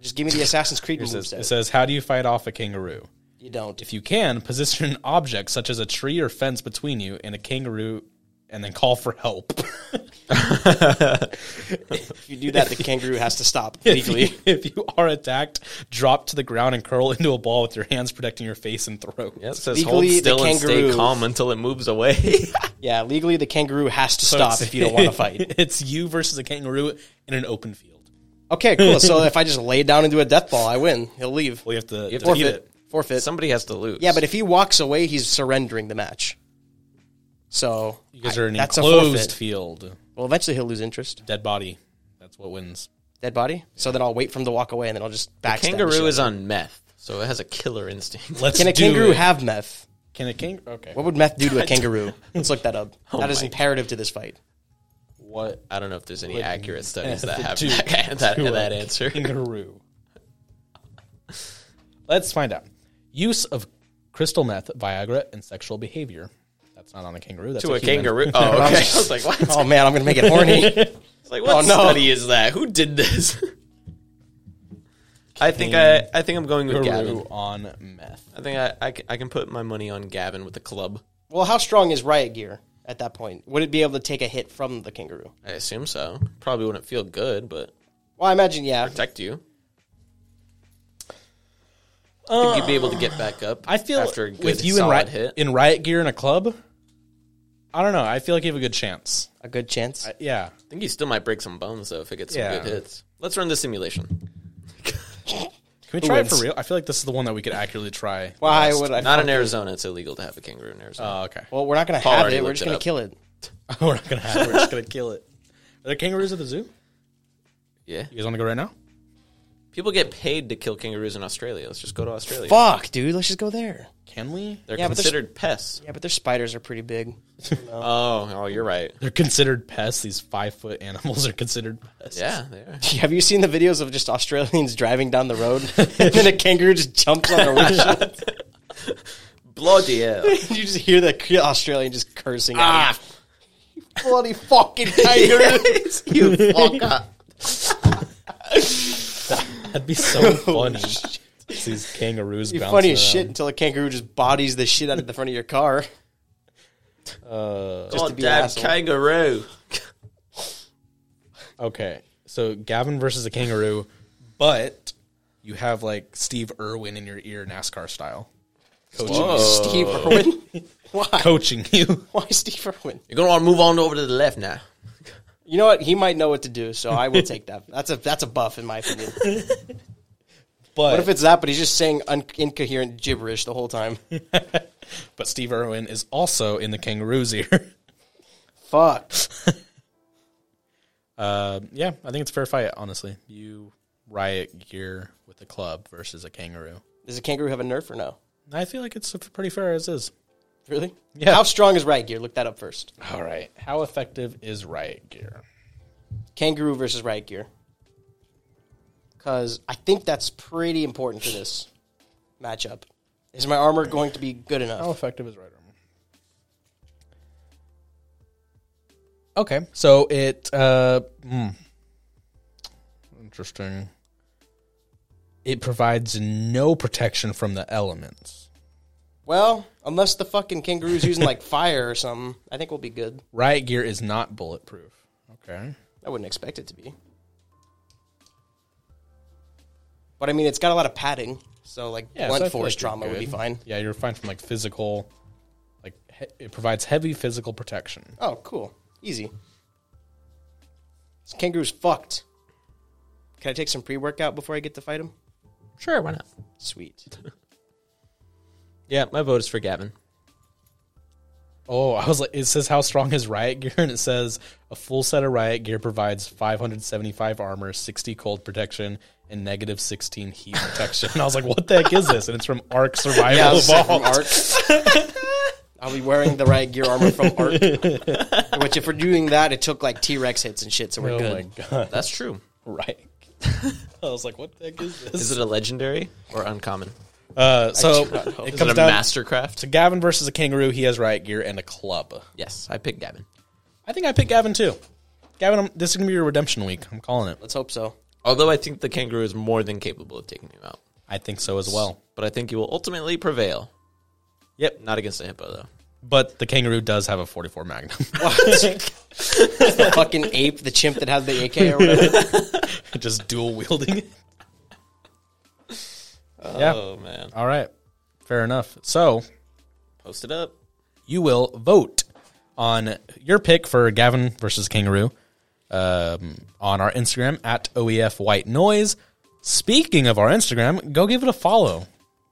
[SPEAKER 3] Just give me the Assassin's Creed
[SPEAKER 1] It says, it
[SPEAKER 3] moveset.
[SPEAKER 1] says, how do you fight off a kangaroo?
[SPEAKER 3] You don't.
[SPEAKER 1] If you can, position an object such as a tree or fence between you and a kangaroo, and then call for help.
[SPEAKER 3] If you do that, the kangaroo has to stop
[SPEAKER 1] If you-
[SPEAKER 3] legally.
[SPEAKER 1] if you are attacked, drop to the ground and curl into a ball with your hands protecting your face and throat.
[SPEAKER 2] Yeah, it says
[SPEAKER 3] Legally, the
[SPEAKER 2] hold still and stay
[SPEAKER 3] kangaroo-
[SPEAKER 2] calm until it moves away.
[SPEAKER 3] Yeah, legally, the kangaroo has to stop if you don't want to fight.
[SPEAKER 1] it's you versus a kangaroo in an open field.
[SPEAKER 3] Okay, cool. So if I just lay down into a death ball, I win. He'll leave.
[SPEAKER 1] Well, you have to,
[SPEAKER 2] have to
[SPEAKER 1] defeat
[SPEAKER 2] eat
[SPEAKER 1] it.
[SPEAKER 2] it.
[SPEAKER 3] Forfeit.
[SPEAKER 2] Somebody has to lose.
[SPEAKER 3] Yeah, but if he walks away, he's surrendering the match. So
[SPEAKER 1] You guys are in an
[SPEAKER 3] that's a
[SPEAKER 1] enclosed
[SPEAKER 3] forfeit.
[SPEAKER 1] field.
[SPEAKER 3] well, eventually he'll lose interest.
[SPEAKER 1] Dead body. That's what wins.
[SPEAKER 3] Dead body. So then I'll wait for him to walk away, and then I'll just backstab. the shit.
[SPEAKER 2] kangaroo is on meth, so it has a killer instinct.
[SPEAKER 1] Let's
[SPEAKER 3] Can a
[SPEAKER 1] do
[SPEAKER 3] kangaroo
[SPEAKER 1] it.
[SPEAKER 3] have meth?
[SPEAKER 1] Can a kangaroo? Okay.
[SPEAKER 3] What would meth do to a kangaroo? Let's look that up. that is
[SPEAKER 2] Oh my
[SPEAKER 3] imperative to this fight.
[SPEAKER 1] What
[SPEAKER 2] I don't know if there's any accurate studies that have
[SPEAKER 1] do
[SPEAKER 2] that, that,
[SPEAKER 1] to
[SPEAKER 2] that
[SPEAKER 1] a
[SPEAKER 2] answer.
[SPEAKER 1] Kangaroo. Let's find out. Use of crystal meth, Viagra, and sexual behavior. That's not on a kangaroo. That's
[SPEAKER 2] To a
[SPEAKER 1] human.
[SPEAKER 2] kangaroo. Oh, okay. I was like, what?
[SPEAKER 3] Oh man, I'm gonna make it horny.
[SPEAKER 2] It's like, what
[SPEAKER 3] Oh, no.
[SPEAKER 2] study is that? Who did this? I think I, I think I'm going with Gavin.
[SPEAKER 1] Kangaroo on meth.
[SPEAKER 2] I think I, I, c- I can put my money on Gavin with the club.
[SPEAKER 3] well, how strong is riot gear at that point? Would it be able to take a hit from the kangaroo?
[SPEAKER 2] I assume so. Probably wouldn't feel good, but
[SPEAKER 3] Well, I imagine yeah.
[SPEAKER 2] protect you. I think you'd be able to get back up.
[SPEAKER 1] I feel
[SPEAKER 2] after a good
[SPEAKER 1] with you in
[SPEAKER 2] solid
[SPEAKER 1] riot
[SPEAKER 2] hit.
[SPEAKER 1] in riot gear in a club. I don't know. I feel like you have a good chance.
[SPEAKER 3] A good chance.
[SPEAKER 1] Yeah.
[SPEAKER 2] I think you still might break some bones though if it gets some
[SPEAKER 1] Yeah.
[SPEAKER 2] good hits. Let's run the simulation.
[SPEAKER 1] Can we try it
[SPEAKER 3] wins?
[SPEAKER 1] for real? I feel like this is the one that we could accurately try.
[SPEAKER 3] Why would I?
[SPEAKER 2] Not in Arizona. It's illegal to have a kangaroo in Arizona.
[SPEAKER 1] Oh, okay.
[SPEAKER 3] well, we're not gonna
[SPEAKER 2] Paul
[SPEAKER 3] have
[SPEAKER 2] already
[SPEAKER 3] it. We're
[SPEAKER 2] looked
[SPEAKER 3] just
[SPEAKER 2] it
[SPEAKER 3] gonna
[SPEAKER 2] up.
[SPEAKER 3] kill it.
[SPEAKER 1] we're not gonna have. it. We're just gonna kill it. Are there kangaroos at the zoo?
[SPEAKER 2] yeah.
[SPEAKER 1] You guys want to go right now?
[SPEAKER 2] People get paid to kill kangaroos in Australia. Let's just go to Australia.
[SPEAKER 3] Fuck, dude. Let's just go there.
[SPEAKER 1] Can we?
[SPEAKER 2] They're
[SPEAKER 3] Yeah, but there's-
[SPEAKER 2] considered pests.
[SPEAKER 3] Yeah, but their spiders are pretty big.
[SPEAKER 2] Oh, oh, you're right.
[SPEAKER 1] They're considered pests. These five foot animals are considered pests.
[SPEAKER 2] Yeah, they are.
[SPEAKER 3] Have you seen the videos of just Australians driving down the road and then a kangaroo just jumps on their windshield?
[SPEAKER 2] Bloody hell.
[SPEAKER 3] you just hear the cr- Australian just cursing ah. at him. Bloody fucking kangaroo.
[SPEAKER 2] you fucker.
[SPEAKER 1] That'd be so funny. These kangaroos
[SPEAKER 3] Be
[SPEAKER 1] bouncing
[SPEAKER 3] funny as
[SPEAKER 1] around.
[SPEAKER 3] shit until a kangaroo just bodies the shit out of the front of your car.
[SPEAKER 1] Uh,
[SPEAKER 3] just to be an
[SPEAKER 2] Goddamn
[SPEAKER 3] asshole.
[SPEAKER 2] kangaroo.
[SPEAKER 1] Okay, so Gavin versus a kangaroo, but you have like Steve Irwin in your ear, NASCAR style, coaching,
[SPEAKER 3] Steve Irwin. Why?
[SPEAKER 1] coaching you.
[SPEAKER 3] Why Steve Irwin?
[SPEAKER 2] You're going to want to move on over to the left now.
[SPEAKER 3] You know what? He might know what to do, so I will take that. That's a that's a buff in my opinion.
[SPEAKER 1] But
[SPEAKER 3] What if it's that? But he's just saying un- incoherent gibberish the whole time.
[SPEAKER 1] but Steve Irwin is also in the kangaroo's ear.
[SPEAKER 3] Fuck.
[SPEAKER 1] Uh, yeah, I think it's a fair fight. Honestly, you riot gear with a club versus a kangaroo.
[SPEAKER 3] Does a kangaroo have a nerf or no?
[SPEAKER 1] I feel like it's pretty fair as is.
[SPEAKER 3] Really?
[SPEAKER 1] Yeah.
[SPEAKER 3] How strong is riot gear? Look that up first.
[SPEAKER 1] All right, how effective is riot gear?
[SPEAKER 3] Kangaroo versus riot gear. Because I think that's pretty important for this matchup. Is my armor going to be good enough?
[SPEAKER 1] How effective is right armor? Okay, so it. Uh, hmm. Interesting. It provides no protection from the elements.
[SPEAKER 3] Well, unless the fucking kangaroo's using like fire or something, I think we'll be good.
[SPEAKER 1] Riot gear is not bulletproof. Okay.
[SPEAKER 3] I wouldn't expect it to be. But I mean, it's got a lot of padding, so like blunt force trauma would be fine.
[SPEAKER 1] Yeah, you're fine from like physical. Like he- it provides heavy physical protection.
[SPEAKER 3] Oh, cool. Easy. This kangaroo's fucked. Can I take some pre workout before I get to fight him?
[SPEAKER 2] Sure, why not?
[SPEAKER 3] Sweet.
[SPEAKER 2] Yeah, my vote is for Gavin.
[SPEAKER 1] Oh, I was like, it says how strong is riot gear, and it says a full set of riot gear provides 575 armor, 60 cold protection, and negative 16 heat protection. and I was like, what the heck is this? And it's from Ark Survival
[SPEAKER 3] Yeah, I was like,
[SPEAKER 1] Evolved.
[SPEAKER 3] Arc. I'll be wearing the riot gear armor from Arc. Which, if we're doing that, it took like T Rex hits and shit, so we're
[SPEAKER 1] Oh
[SPEAKER 3] good.
[SPEAKER 1] my god,
[SPEAKER 2] That's true.
[SPEAKER 1] riot. I was like, what the heck is this?
[SPEAKER 2] Is it a legendary or uncommon?
[SPEAKER 1] Uh, so
[SPEAKER 3] do not know.
[SPEAKER 1] it
[SPEAKER 2] Is it a
[SPEAKER 1] comes down
[SPEAKER 2] mastercraft?
[SPEAKER 1] to Gavin versus a kangaroo. He has riot gear and a club.
[SPEAKER 2] Yes, I picked Gavin.
[SPEAKER 1] I think I picked Gavin too. Gavin, I'm, this is gonna be your redemption week. I'm calling it.
[SPEAKER 3] Let's hope so.
[SPEAKER 2] Although I think the kangaroo is more than capable of taking him out.
[SPEAKER 1] I think so as well.
[SPEAKER 2] But I think he will ultimately prevail.
[SPEAKER 1] Yep.
[SPEAKER 2] Not against the hippo, though.
[SPEAKER 1] But the kangaroo does have a 44 Magnum.
[SPEAKER 3] the fucking ape, the chimp that has the AK or whatever.
[SPEAKER 1] just dual wielding it. yeah.
[SPEAKER 2] Oh, man.
[SPEAKER 1] All right. Fair enough. So
[SPEAKER 2] Post it up.
[SPEAKER 1] you will vote on your pick for Gavin versus Kangaroo um, on our Instagram at OEF White Noise. Speaking of our Instagram, go give it a follow.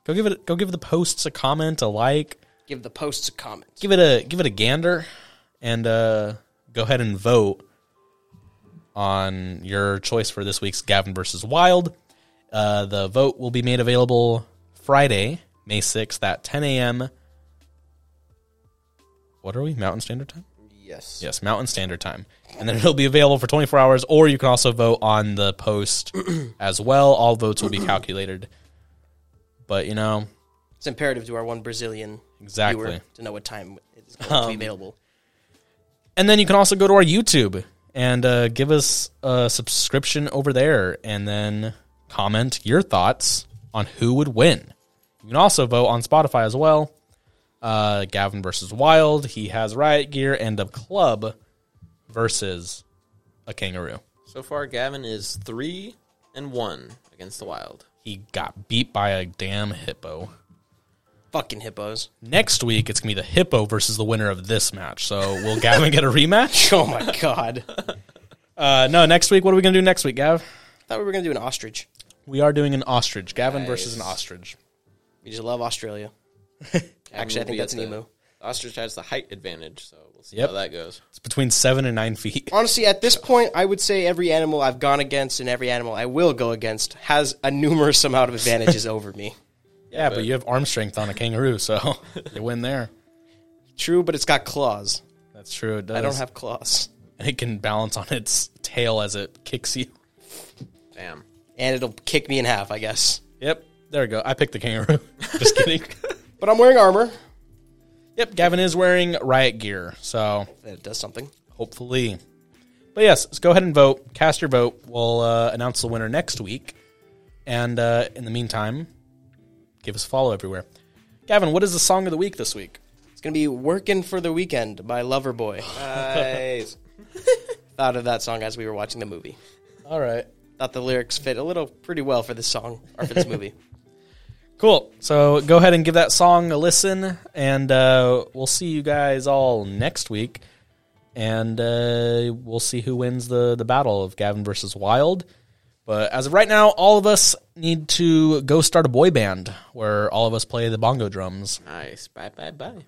[SPEAKER 1] Go give it. Go give the posts a comment, a like.
[SPEAKER 3] Give the posts a comment.
[SPEAKER 1] Give it a give it a gander, and uh, go ahead and vote on your choice for this week's Gavin versus Wild. Uh, the vote will be made available Friday, May 6th at 10 a.m. What are we? Mountain Standard Time?
[SPEAKER 2] Yes.
[SPEAKER 1] Yes, Mountain Standard Time. And then it'll be available for 24 hours, or you can also vote on the post as well. All votes will be calculated. But, you know,
[SPEAKER 3] It's imperative to our one Brazilian
[SPEAKER 1] Exactly.
[SPEAKER 3] viewer to know what time it's going to be available.
[SPEAKER 1] And then you can also go to our YouTube and uh, give us a subscription over there and then comment your thoughts on who would win. You can also vote on Spotify as well. Uh, Gavin versus Wild. He has riot gear and a club versus a kangaroo.
[SPEAKER 2] So far, Gavin is three and one against the wild.
[SPEAKER 1] He got beat by a damn hippo.
[SPEAKER 3] Fucking hippos.
[SPEAKER 1] Next week, it's going to be the hippo versus the winner of this match. So will Gavin get a rematch?
[SPEAKER 3] Oh my god. I
[SPEAKER 1] Uh, no, next week. What are we going to do next week, Gav?
[SPEAKER 3] thought we were going to do an ostrich.
[SPEAKER 1] We are doing an ostrich. Gavin versus an ostrich.
[SPEAKER 3] We just love Australia. Actually, I think that's an emu.
[SPEAKER 2] Ostrich has the height advantage, so we'll see
[SPEAKER 1] Yep.
[SPEAKER 2] how that goes.
[SPEAKER 1] It's between seven and nine feet.
[SPEAKER 3] Honestly, at this point, I would say every animal I've gone against and every animal I will go against has a numerous amount of advantages over me.
[SPEAKER 1] Yeah, but, you have arm strength on a kangaroo, so you win there.
[SPEAKER 3] True, but it's got claws.
[SPEAKER 1] That's true. It does.
[SPEAKER 3] I don't have claws.
[SPEAKER 1] and it can balance on its tail as it kicks you.
[SPEAKER 2] Damn.
[SPEAKER 3] And it'll kick me in half, I guess.
[SPEAKER 1] Yep. There we go. I picked the kangaroo. Just kidding.
[SPEAKER 3] But I'm wearing armor.
[SPEAKER 1] yep. Gavin is wearing riot gear, so
[SPEAKER 3] That does something.
[SPEAKER 1] hopefully. But yes, let's go ahead and vote. Cast your vote. We'll uh, announce the winner next week. And uh, in the meantime, give us a follow everywhere. Gavin, what is the song of the week this week?
[SPEAKER 3] It's gonna be "Working for the Weekend" by Loverboy.
[SPEAKER 2] Nice.
[SPEAKER 3] Thought of that song as we were watching the movie.
[SPEAKER 1] All right.
[SPEAKER 3] Thought the lyrics fit a little pretty well for this song or for this movie.
[SPEAKER 1] Cool. So go ahead and give that song a listen, and uh, we'll see you guys all next week. And uh, we'll see who wins the, the battle of Gavin versus Wild. But as of right now, all of us need to go start a boy band where all of us play the bongo drums.
[SPEAKER 2] nice. Bye, bye, bye.